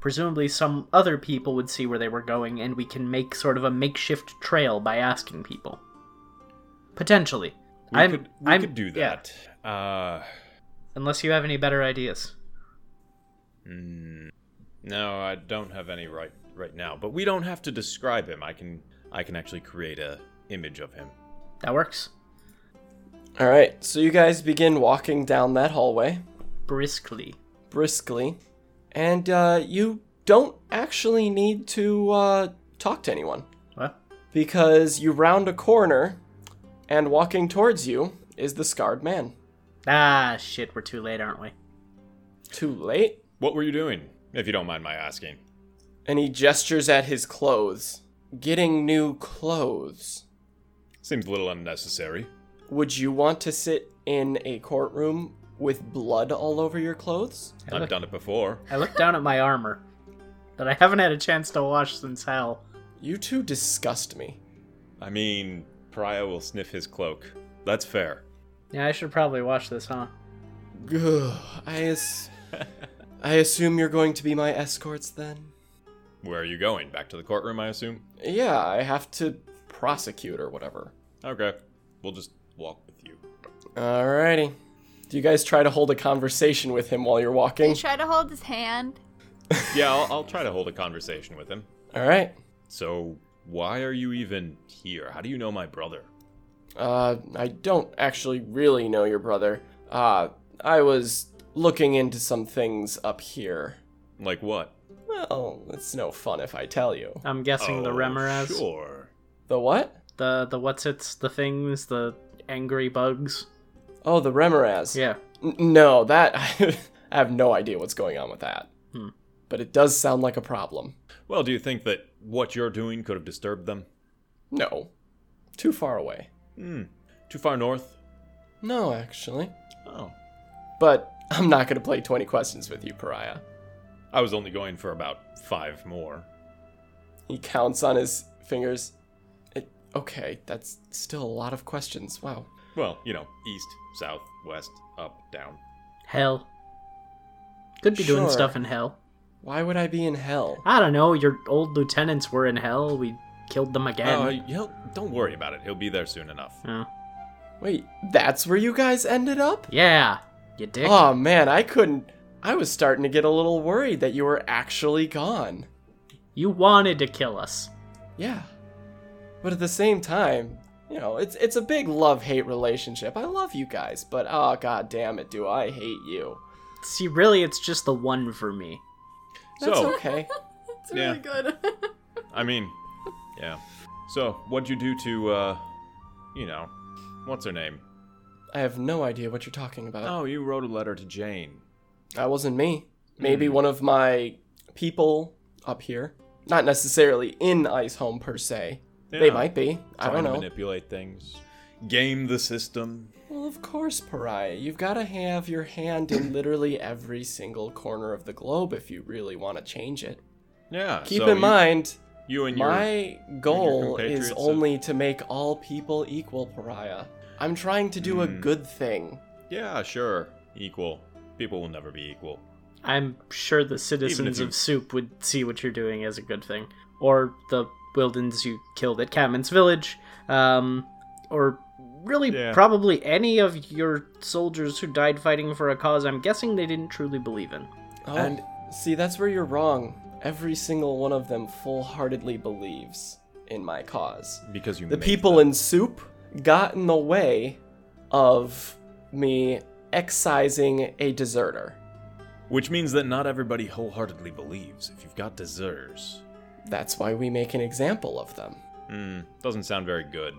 S4: presumably some other people would see where they were going, and we can make sort of a makeshift trail by asking people. Potentially.
S3: We
S4: I'm,
S3: could we
S4: I'm-
S3: could do
S4: yeah.
S3: that. Uh,
S4: unless you have any better ideas.
S3: mm, no, I don't have any right right now. But we don't have to describe him. I can I can actually create a image of him.
S4: That works.
S1: All right. So you guys begin walking down that hallway
S4: Briskly.
S1: briskly, and uh, you don't actually need to uh, talk to anyone
S4: What?
S1: because you round a corner, and walking towards you is the scarred man.
S4: Ah, shit, we're too late, aren't we?
S1: Too late.
S3: What were you doing? If you don't mind my asking.
S1: And he gestures at his clothes. Getting new clothes.
S3: Seems a little unnecessary.
S1: Would you want to sit in a courtroom with blood all over your clothes?
S4: I
S3: I've
S4: look-
S3: done it before.
S4: I look down at my armor that I haven't had a chance to wash since hell.
S1: You two disgust me.
S3: I mean, Pariah will sniff his cloak. That's fair.
S4: Yeah, I should probably wash this, huh?
S1: Ugh, I as- I assume you're going to be my escorts then.
S3: Where are you going? Back to the courtroom, I assume?
S1: Yeah, I have to prosecute or whatever.
S3: Okay. We'll just walk with you.
S1: Alrighty. Do you guys try to hold a conversation with him while you're
S2: They
S1: walking?
S2: try to hold his hand.
S3: Yeah, I'll, I'll try to hold a conversation with him.
S1: All right.
S3: So, why are you even here? How do you know my brother?
S1: Uh, I don't actually really know your brother. Uh, I was looking into some things up here.
S3: Like what?
S1: Well, it's no fun if I tell you.
S4: I'm guessing the
S3: Oh,
S4: Remoraz.
S3: Sure.
S1: The what?
S4: The the what's it's the things, the angry bugs.
S1: Oh, the Remoraz.
S4: Yeah.
S1: N- no, that <laughs> I have no idea what's going on with that.
S4: Hmm.
S1: But it does sound like a problem.
S3: Well, do you think that what you're doing could have disturbed them?
S1: No, too far away.
S3: Hmm. Too far north?
S1: No, actually.
S3: Oh.
S1: But I'm not gonna play 20 questions with you, Pariah.
S3: I was only going for about five more.
S1: He counts on his fingers. It, okay, that's still a lot of questions. Wow.
S3: Well, you know, east, south, west, up, down.
S4: Hell. Could be doing
S1: Sure.
S4: stuff in hell.
S1: Why would I be in hell?
S4: I don't know, your old lieutenants were in hell, we killed them
S1: Oh,
S4: again.
S3: Uh, he'll, don't worry about it. He'll be there soon enough.
S4: Oh.
S1: Wait, that's where you guys ended up?
S4: Yeah. You dick.
S1: Oh man, I couldn't. I was starting to get a little worried that you were actually gone.
S4: You wanted to kill us.
S1: Yeah. But at the same time, you know, it's it's a big love-hate relationship. I love you guys, but oh god damn it, do I hate you.
S4: See, really it's just the one for me.
S1: That's
S3: So-
S1: okay.
S2: It's really good. <laughs>
S3: I mean, yeah. So, what'd you do to, uh, you know, What's her name?
S1: I have no idea what you're talking about.
S3: Oh, you wrote a letter to Jane.
S1: That wasn't me. Maybe
S3: Hmm.
S1: one of my people up here. Not necessarily in Ice Home per se. They
S3: Yeah.
S1: might be. I
S3: Trying
S1: don't
S3: to
S1: know.
S3: manipulate things, game the system.
S1: Well, of course, Pariah. You've got to have your hand in literally every single corner of the globe if you really want to change it.
S3: Yeah.
S1: Keep
S3: Uh, so
S1: in
S3: you-
S1: mind,
S3: you and your
S1: my goal
S3: compatriots
S1: is
S3: have-
S1: only to make all people equal, Pariah. I'm trying to do a
S3: Mm.
S1: good thing.
S3: Yeah, sure. Equal. People will never be equal.
S4: I'm sure the citizens
S3: you-
S4: of Soup would see what you're doing as a good thing, or the Wildens you killed at Catman's Village, um, or really
S3: Yeah.
S4: probably any of your soldiers who died fighting for a cause. I'm guessing they didn't truly believe in.
S1: And see, that's where you're wrong. Every single one of them full heartedly believes in my cause.
S3: Because you
S1: The
S3: make
S1: people
S3: them.
S1: in soup got in the way of me excising a deserter.
S3: Which means that not everybody wholeheartedly believes. If you've got deserts.
S1: That's why we make an example of them.
S3: Hmm, doesn't sound very good.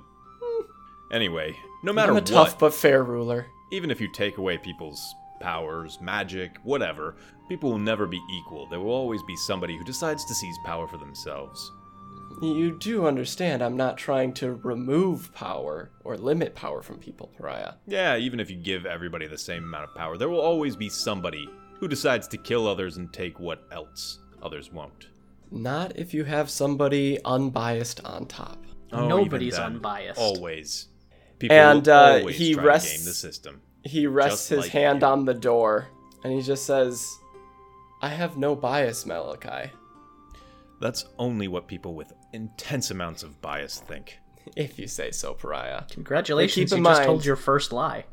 S3: Anyway, no
S1: I'm
S3: matter
S1: Hmm. a
S3: what,
S1: tough but fair ruler.
S3: even if you take away people's powers, magic, whatever, people will never be equal. There will always be somebody who decides to seize power for themselves.
S1: You do understand I'm not trying to remove power or limit power from people, Pariah.
S3: Yeah, even if you give everybody the same amount of power, there will always be somebody who decides to kill others and take what else others won't.
S1: Not if you have somebody unbiased on top.
S3: Oh, even
S4: Nobody's
S3: then,
S4: unbiased.
S3: Always. People
S1: And,
S3: will
S1: uh,
S3: always
S1: he
S3: try
S1: rests-
S3: to game the system.
S1: He rests
S3: Just
S1: his
S3: like
S1: hand
S3: you.
S1: on the door and he just says, I have no bias, Malachi.
S3: That's only what people with intense amounts of bias think.
S1: If you say so, Pariah.
S4: Congratulations,
S1: Keep in
S4: you just
S1: mind-
S4: told your first lie.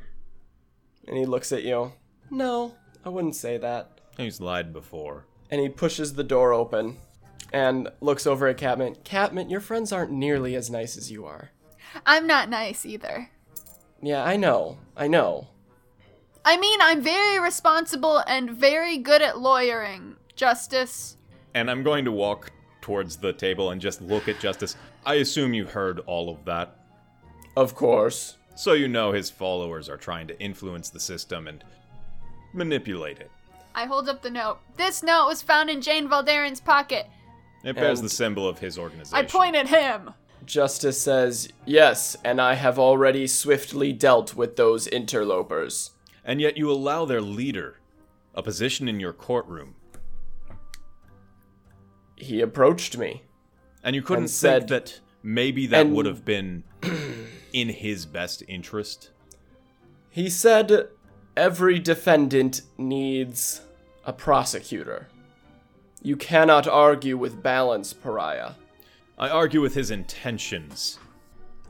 S1: And he looks at you. No, I wouldn't say that.
S3: He's lied before.
S1: And he pushes the door open and looks over at Catmint. Catmint, your friends aren't nearly as nice as you are.
S2: I'm not nice either.
S1: Yeah, I know. I know.
S2: I mean, I'm very responsible and very good at lawyering. Justice.
S3: And I'm going to walk towards the table and just look at Justice. I assume you heard all of that.
S1: Of course.
S3: So you know his followers are trying to influence the system and manipulate it.
S2: I hold up the note. This note was found in Jane Valderan's pocket.
S3: It bears
S1: And-
S3: the symbol of his organization.
S2: I point at him.
S1: Justice says, Yes, and I have already swiftly dealt with those interlopers.
S3: And yet you allow their leader a position in your courtroom.
S1: He approached me.
S3: And you couldn't
S1: And
S3: think
S1: said-
S3: that maybe that
S1: and-
S3: would have been in his best interest.
S1: He said, Every defendant needs a prosecutor. You cannot argue with balance, pariah.
S3: I argue with his intentions.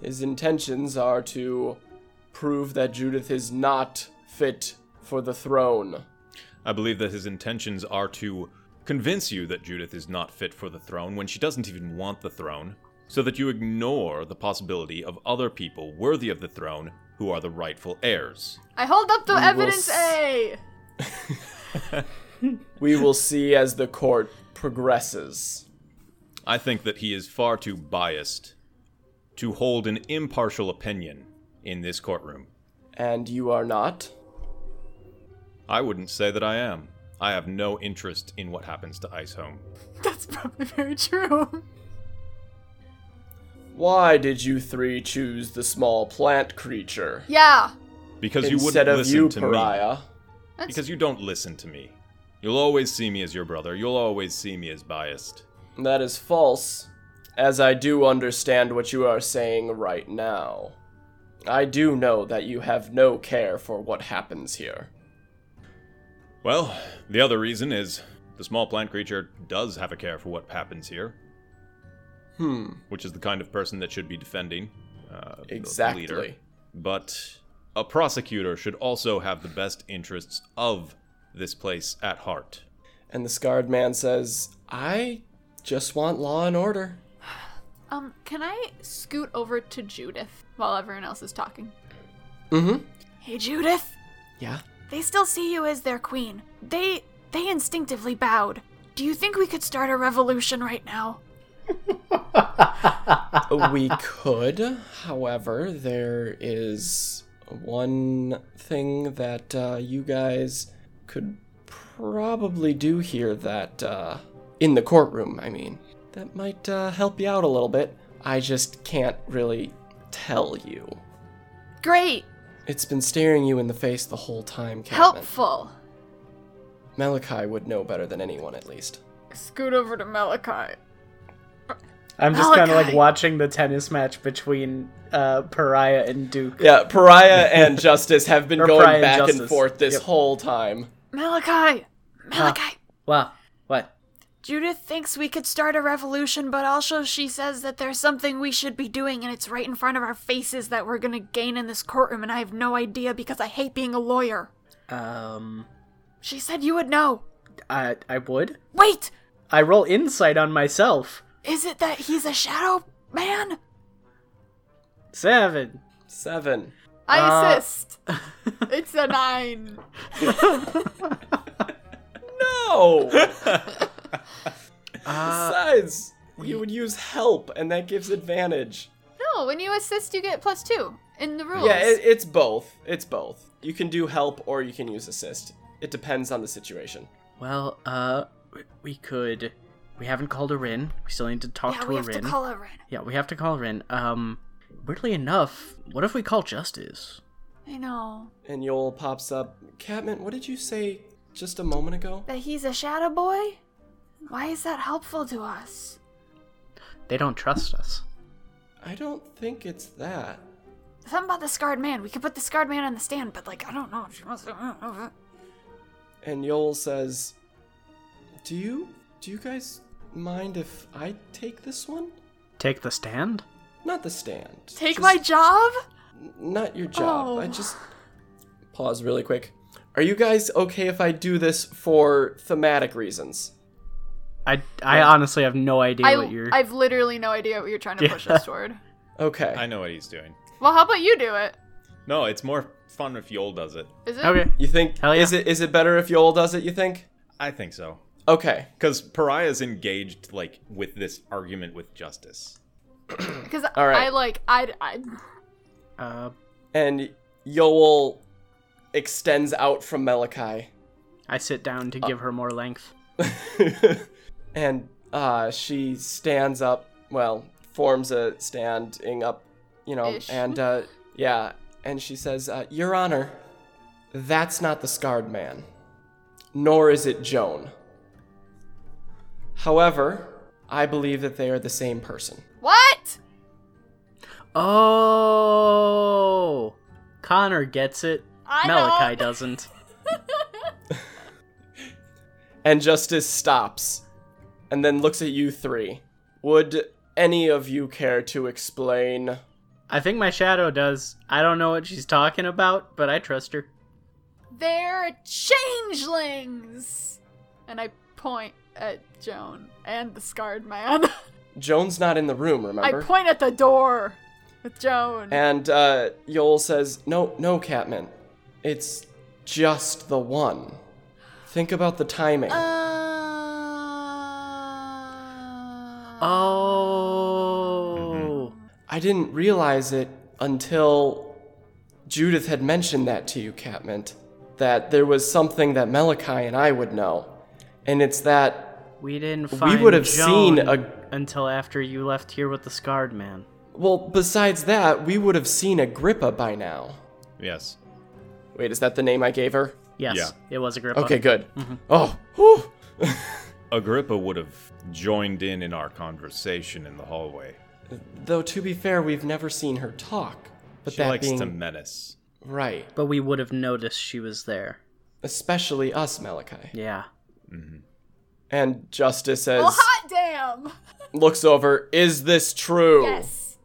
S1: His intentions are to prove that Judith is not fit for the throne.
S3: I believe that his intentions are to convince you that Judith is not fit for the throne when she doesn't even want the throne, so that you ignore the possibility of other people worthy of the throne who are the rightful heirs.
S2: I hold up the
S1: will
S2: evidence
S1: s-
S2: A. <laughs>
S1: We will see as the court progresses.
S3: I think that he is far too biased to hold an impartial opinion in this courtroom.
S1: And you are not?
S3: I wouldn't say that I am. I have no interest in what happens to Ice Home.
S2: That's probably very true.
S1: Why did you three choose the small plant creature
S2: yeah.
S3: Because you
S1: instead
S3: wouldn't
S1: of
S3: listen
S1: you,
S3: to me.
S1: pariah?
S2: That's
S3: Because you don't listen to me. You'll always see me as your brother. You'll always see me as biased.
S1: That is false, as I do understand what you are saying right now. I do know that you have no care for what happens here.
S3: Well, the other reason is the small plant creature does have a care for what happens here,
S1: Hmm,
S3: which is the kind of person that should be defending uh, the leader.
S1: exactly.
S3: But a prosecutor should also have the best interests of this place at heart.
S1: And the scarred man says, I just want law and order.
S2: Um, can I scoot over to Judith while everyone else is talking?
S1: Mm hmm.
S2: Hey, Judith.
S1: Yeah.
S2: They still see you as their queen. They they instinctively bowed. Do you think we could start a revolution right now?
S1: we could, however, there is one thing that uh, you guys could probably do here that, uh, in the courtroom, I mean, that might uh, help you out a little bit. I just can't really tell you.
S2: Great.
S1: It's been staring you in the face the whole time, Captain.
S2: Helpful.
S1: Malachi would know better than anyone, at least.
S2: Scoot over to Malachi.
S4: I'm just kind of like
S2: Malachi.
S4: watching the tennis match between uh, Pariah and Duke.
S1: Yeah, Pariah and Justice have been
S4: Or
S1: going
S4: Pariah and
S1: back and
S4: Justice.
S1: forth this
S4: Yep.
S1: whole time.
S2: Malachi. Malachi.
S4: Wow. What?
S2: Judith thinks we could start a revolution, but also she says that there's something we should be doing and it's right in front of our faces that we're gonna gain in this courtroom, and I have no idea because I hate being a lawyer.
S4: Um,
S2: She said you would know.
S4: I I would.
S2: Wait!
S4: I roll insight on myself.
S2: Is it that he's a shadow man?
S4: Seven.
S1: Seven.
S2: I
S1: <laughs>
S4: Uh,
S2: assist. it's a nine.
S1: No! Besides, you would use help, and that gives advantage.
S2: No, when you assist, you get plus two in the rules.
S1: Yeah, it, it's both. It's both. You can do help or you can use assist. It depends on the situation.
S4: Well, uh, w- we could. We haven't called her in. We still need to talk
S2: Yeah,
S4: to
S2: we
S4: her
S2: have to
S4: in.
S2: call her in.
S4: yeah, we have to call her in. Um, weirdly enough, what if we call Justice?
S2: I know.
S1: And Yol pops up. Catman, what did you say just a moment ago?
S2: That he's a shadow boy? Why is that helpful to us?
S4: They don't trust us.
S1: I don't think it's that.
S2: Something about the scarred man. We could put the scarred man on the stand, but like I don't know. She wants to... <laughs>
S1: And Yol says, "Do you do you guys mind if I take this one?
S4: Take the stand.
S1: Not the stand.
S2: Take
S1: just-
S2: my job?
S1: Not your job.
S2: Oh.
S1: I just pause really quick. Are you guys okay if I do this for thematic reasons?
S4: I I honestly have no idea what you're.
S2: I've literally no idea what you're trying to push us toward.
S1: Okay.
S3: I know what he's doing.
S2: Well, how about you do it?
S3: No, it's more fun if Yol does it.
S2: Is it?
S4: okay.
S1: you think
S4: Hell yeah.
S1: is it is it better if Yol does it? You think?
S3: I think so.
S1: Okay.
S3: Because Pariah's engaged, like, with this argument with justice.
S2: Because
S1: All right.
S2: I like I I
S4: Uh,
S1: And Yol extends out from Malachi.
S4: I sit down
S2: Oh.
S4: to give her more length.
S1: <laughs> and uh, she stands up, well, forms a standing up, you know,
S2: Ish.
S1: and uh, yeah, and she says, uh, Your Honor, that's not the scarred man, nor is it Joan. However, I believe that they are the same person.
S2: what?
S4: Oh, Connor gets it.
S2: I
S4: Malachi
S2: don't.
S4: doesn't.
S1: And Justice stops and then looks at you three. Would any of you care to explain?
S4: I think my shadow does. I don't know what she's talking about, but I trust her.
S2: They're changelings. And I point at Joan and the scarred man. <laughs>
S1: Joan's not in the room,
S2: I
S1: remember?
S2: point at the door with Joan.
S1: And uh, Yol says, No, no, Catman. It's just the one. Think about the timing.
S2: Uh...
S4: Oh.
S1: I didn't realize it until Judith had mentioned that to you, Catman, that there was something that Malachi and I would know. And it's that,
S4: We didn't find
S1: would have
S4: Joan
S1: seen a-
S4: until after you left here with the scarred man.
S1: well, besides that, we would have seen Agrippa by now.
S3: Yes.
S1: Wait, is that the name I gave her?
S4: Yes,
S3: Yeah.
S4: it was Agrippa.
S1: Okay, good.
S3: Mm-hmm.
S1: Oh, whew.
S3: Agrippa would have joined in in our conversation in the hallway.
S1: Though, to be fair, we've never seen her talk. But
S3: She
S1: that
S3: likes
S1: being
S3: to menace.
S1: right.
S4: But we would have noticed she was there.
S1: especially us, Malachi.
S4: Yeah.
S3: Mm-hmm.
S1: And Justice says,
S2: Well, hot damn.
S1: looks over, is this true?
S2: Yes.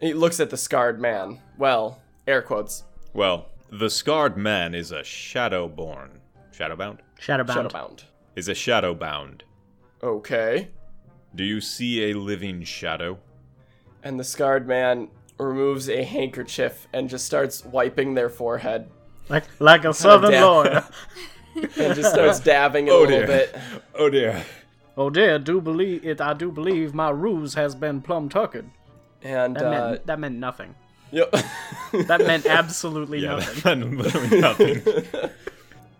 S1: He looks at the scarred man. Well, air quotes,
S3: Well, the scarred man is a shadowborn. Shadowbound?
S4: Shadowbound.
S1: shadowbound.
S3: Is a shadowbound.
S1: Okay.
S3: Do you see a living shadow?
S1: And the scarred man removes a handkerchief and just starts wiping their forehead
S4: Like, like
S1: <laughs>
S4: a southern
S1: damn.
S4: lord.
S1: and just starts dabbing it a little
S3: dear.
S1: bit.
S3: Oh dear.
S4: Oh dear, do believe it. I do believe my ruse has been plum tuckered.
S1: And
S4: That
S1: uh,
S4: meant that meant nothing.
S1: yep.
S4: That
S1: <laughs>
S4: meant absolutely
S3: Yeah, <laughs>
S4: nothing.
S3: that meant literally nothing.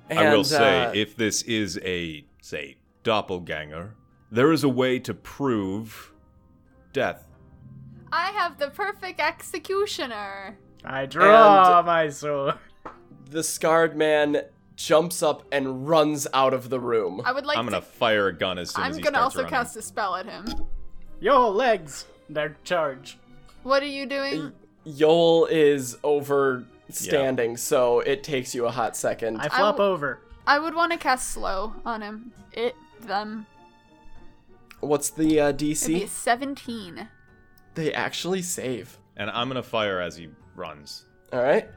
S3: I will
S1: And,
S3: say,
S1: uh,
S3: if this is a, say, doppelganger, there is a way to prove death.
S2: I have the perfect executioner.
S4: I draw
S1: And-
S4: my sword.
S1: the scarred man jumps up and runs out of the room.
S2: I would like
S3: I'm
S2: to.
S3: gonna fire a gun as soon as
S2: I'm
S3: he
S2: gonna
S3: starts
S2: also
S3: running.
S2: cast a spell at him.
S4: Your legs, they're charged.
S2: What are you doing?
S1: Yol is over standing, so it takes you a hot second.
S4: I flop
S2: w-
S4: over.
S2: I would want to cast slow on him. It them.
S1: What's the uh,
S2: It'd be a
S1: DC?
S2: 17.
S1: They actually save.
S3: And I'm gonna fire as he runs.
S1: All right.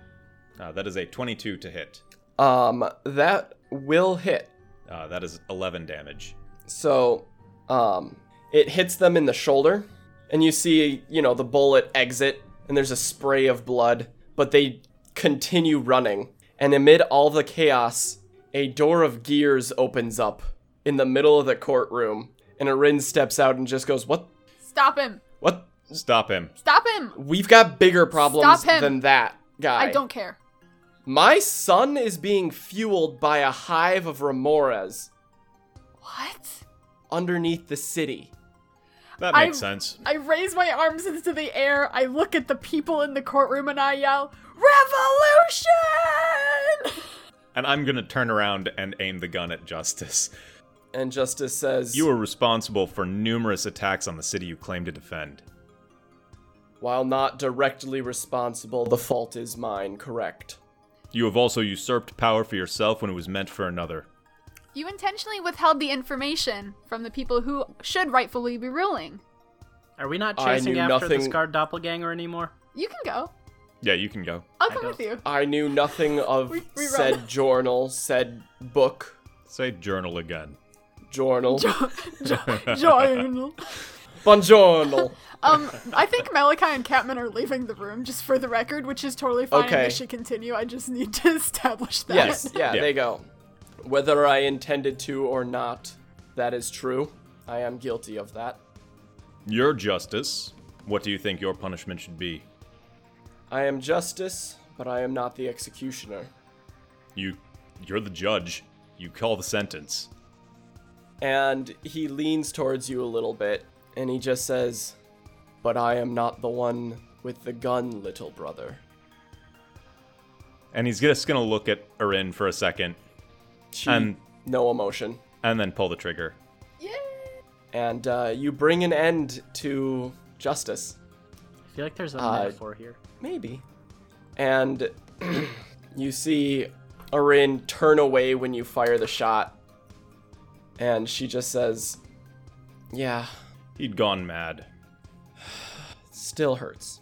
S3: Uh, that is a 22 to hit.
S1: Um, that will hit.
S3: Uh, that is 11 damage.
S1: So, um, it hits them in the shoulder, and you see, you know, the bullet exit, and there's a spray of blood, but they continue running. And amid all the chaos, a door of gears opens up in the middle of the courtroom, and Arin steps out and just goes, What?
S2: Stop him!
S1: What?
S3: Stop him.
S2: Stop him!
S1: We've got bigger problems
S2: Stop him.
S1: than that, guy.
S2: I don't care.
S1: My son is being fueled by a hive of remoras
S2: What?
S1: underneath the city.
S3: That
S2: I-
S3: makes sense.
S2: I raise my arms into the air. I look at the people in the courtroom and I yell, "Revolution!"
S3: And I'm gonna turn around and aim the gun at Justice.
S1: And Justice says,
S3: You were responsible for numerous attacks on the city you claim to defend.
S1: While not directly responsible, the fault is mine, correct?
S3: You have also usurped power for yourself when it was meant for another.
S2: You intentionally withheld the information from the people who should rightfully be ruling.
S4: Are we not
S1: I
S4: chasing
S1: knew
S4: after the
S1: nothing-
S4: scarred doppelganger anymore?
S2: You can go.
S3: Yeah, you can go.
S2: I'll
S4: I
S2: come
S4: don't-
S2: with you.
S1: I knew nothing of
S2: <laughs> We- we
S1: said
S2: run.
S1: journal, said book,
S3: Say journal again.
S1: journal, <laughs>
S2: Join. <laughs>
S1: bonjournal.
S2: Um, I think Malachi and Catman are leaving the room, just for the record, which is totally fine.
S1: Okay.
S2: They should continue. I just need to <laughs> establish that.
S1: yes, yeah,
S3: Yeah.
S1: they go. Whether I intended to or not, that is true. I am guilty of that.
S3: Your justice. What do you think your punishment should be?
S1: I am justice, but I am not the executioner.
S3: You you're the judge. You call the sentence.
S1: And he leans towards you a little bit, and he just says, But I am not the one with the gun, little brother.
S3: And he's just gonna look at Erin for a second
S1: She-
S3: And-
S1: no emotion.
S3: and then pull the trigger.
S1: and uh, you bring an end to justice,
S4: I feel like there's a
S1: Uh,
S4: metaphor here.
S1: maybe. And <clears throat> you see Arin turn away when you fire the shot, and she just says, "Yeah,
S3: He'd gone mad.
S1: still hurts.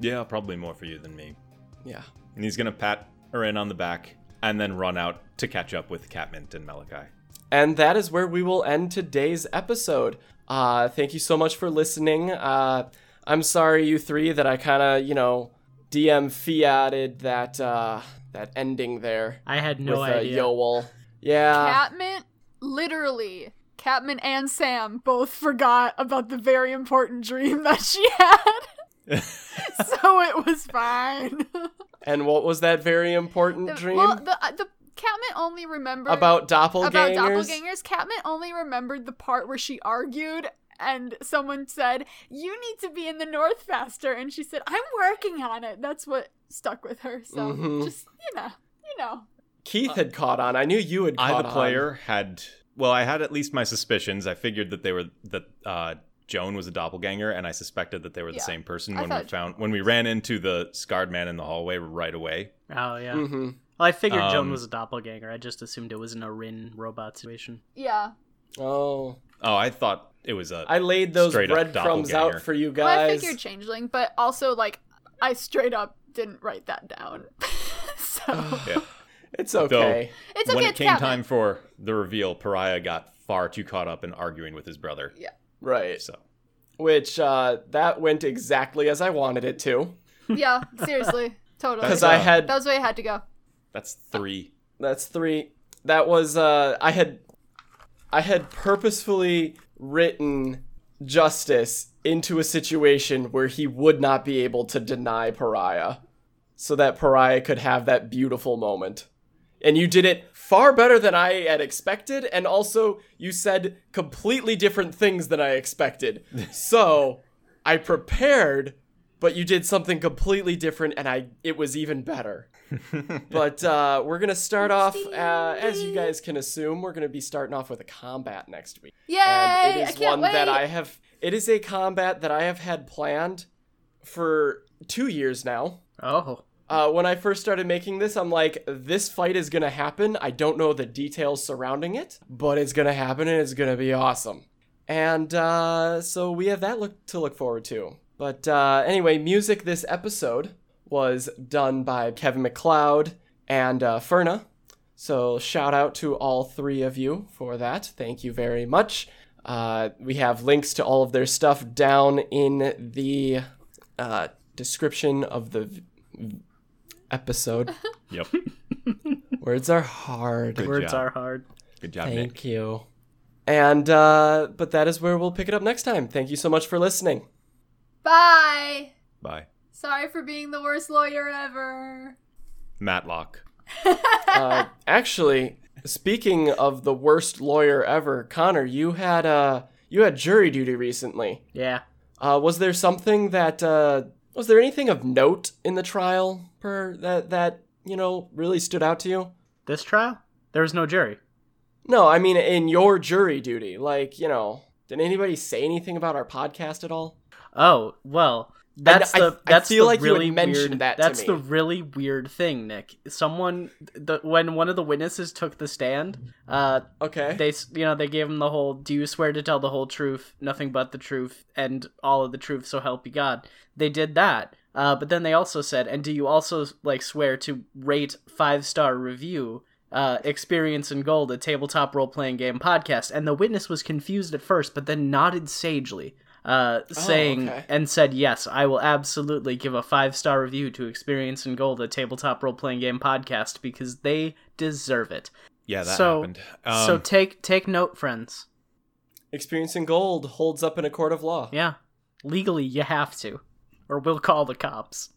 S3: Yeah, probably more for you than me.
S1: Yeah,
S3: And he's gonna pat Erin on the back and then run out to catch up with Catmint and Malachi.
S1: And that is where we will end today's episode. Uh, thank you so much for listening. Uh, I'm sorry, you three, that I kind of, you know, DM fiated that uh, that ending there
S4: I had no
S1: with
S4: idea.
S1: Uh, Yoel. Yeah,
S2: Catman, literally, Catman and Sam both forgot about the very important dream <laughs> that she had. so it was fine.
S1: and what was that very important
S2: The-
S1: dream
S2: Well, the, uh, the Catman only remembered
S1: about doppelgangers?
S2: about doppelgangers. Catman only remembered the part where she argued. And someone said, You need to be in the north faster. And she said, I'm working on it. That's what stuck with her. So
S1: Mhm.
S2: just, you know, you know.
S1: Keith had caught on. I knew you had caught
S3: I,
S1: on.
S3: the player, had well, I had at least my suspicions. I figured that they were that uh, Joan was a doppelganger, and I suspected that they were the
S2: Yeah.
S3: same person
S2: I
S3: when we
S2: thought-
S3: found when we ran into the scarred man in the hallway right away.
S4: Oh yeah.
S1: hmm
S4: Well, I figured Joan
S3: Um,
S4: was a doppelganger. I just assumed it was an Arin robot situation.
S2: Yeah.
S1: Oh,
S3: Oh, I thought it was a.
S1: I laid those
S3: Straight up
S1: breadcrumbs
S3: doppelganger.
S1: out for you
S2: Well, I
S1: guys.
S2: figured changeling, but also, like, I straight up didn't write that down. <laughs>
S1: <sighs>
S2: so
S3: Yeah.
S1: it's okay.
S2: it's okay.
S3: when it
S2: it's
S3: came
S2: Catman.
S3: time for the reveal, Pariah got far too caught up in arguing with his brother.
S1: Right.
S3: So
S1: Which uh, that went exactly as I wanted it to.
S2: Yeah,
S1: <laughs>
S2: seriously. Totally.
S1: because
S3: That's,
S1: I
S3: uh,
S1: had
S2: that was the way it had to go.
S3: that's three.
S1: that's three. That was uh I had I had purposefully written Justice into a situation where he would not be able to deny Pariah so that Pariah could have that beautiful moment. And you did it far better than I had expected, and also you said completely different things than I expected. so I prepared, but you did something completely different, and I it was even better. but uh, we're gonna start off, uh, as you guys can assume, we're gonna be starting off with a combat next week
S2: Yay!
S1: and it
S2: I
S1: is one
S2: can't wait.
S1: that I have. It is a combat that I have had planned for two years now.
S4: Oh.
S1: Uh, when I first started making this, I'm like, this fight is gonna happen. I don't know the details surrounding it, but it's gonna happen and it's gonna be awesome. And uh, so we have that look to look forward to. But uh, anyway, music this episode was done by Kevin McLeod and uh, Ferna. So shout out to all three of you for that. Thank you very much. Uh, we have links to all of their stuff down in the uh, description of the v- v- episode.
S3: Yep.
S2: <laughs>
S1: Words are hard.
S3: Good
S4: Words
S3: job.
S4: are hard.
S3: Good job, Nick.
S1: Thank you. And uh, but that is where we'll pick it up next time. Thank you so much for listening.
S2: Bye.
S3: Bye.
S2: Sorry for being the worst lawyer ever.
S3: Matlock.
S1: Uh, actually, speaking of the worst lawyer ever, Connor, you had uh, you had jury duty recently.
S4: Yeah.
S1: Uh, was there something that uh, was there anything of note in the trial per that that you know really stood out to you?
S4: This trial? There was no jury.
S1: No, I mean in your jury duty, like you know, did anybody say anything about our podcast at all?
S4: Oh, well, that's
S1: I-
S4: the
S1: I
S4: that's
S1: feel
S4: the
S1: like you had
S4: really
S1: mentioned
S4: weird,
S1: that to
S4: That's
S1: me.
S4: the really weird thing, Nick. Someone the, when one of the witnesses took the stand, uh
S1: Okay.
S4: they s- you know, they gave him the whole do you swear to tell the whole truth, nothing but the truth and all of the truth so help you God. They did that. Uh but then they also said, and do you also like swear to rate five-star review uh, experience in gold a tabletop role-playing game podcast and the witness was confused at first but then nodded sagely uh, saying
S1: Oh, okay.
S4: and said, Yes, I will absolutely give a five star review to Experience in Gold, a tabletop role playing game podcast, because they deserve it.
S3: Yeah, that
S4: So-
S3: happened. Um,
S4: so take take note, friends.
S1: Experiencing gold holds up in a court of law.
S4: Yeah. Legally, you have to, or we'll call the cops.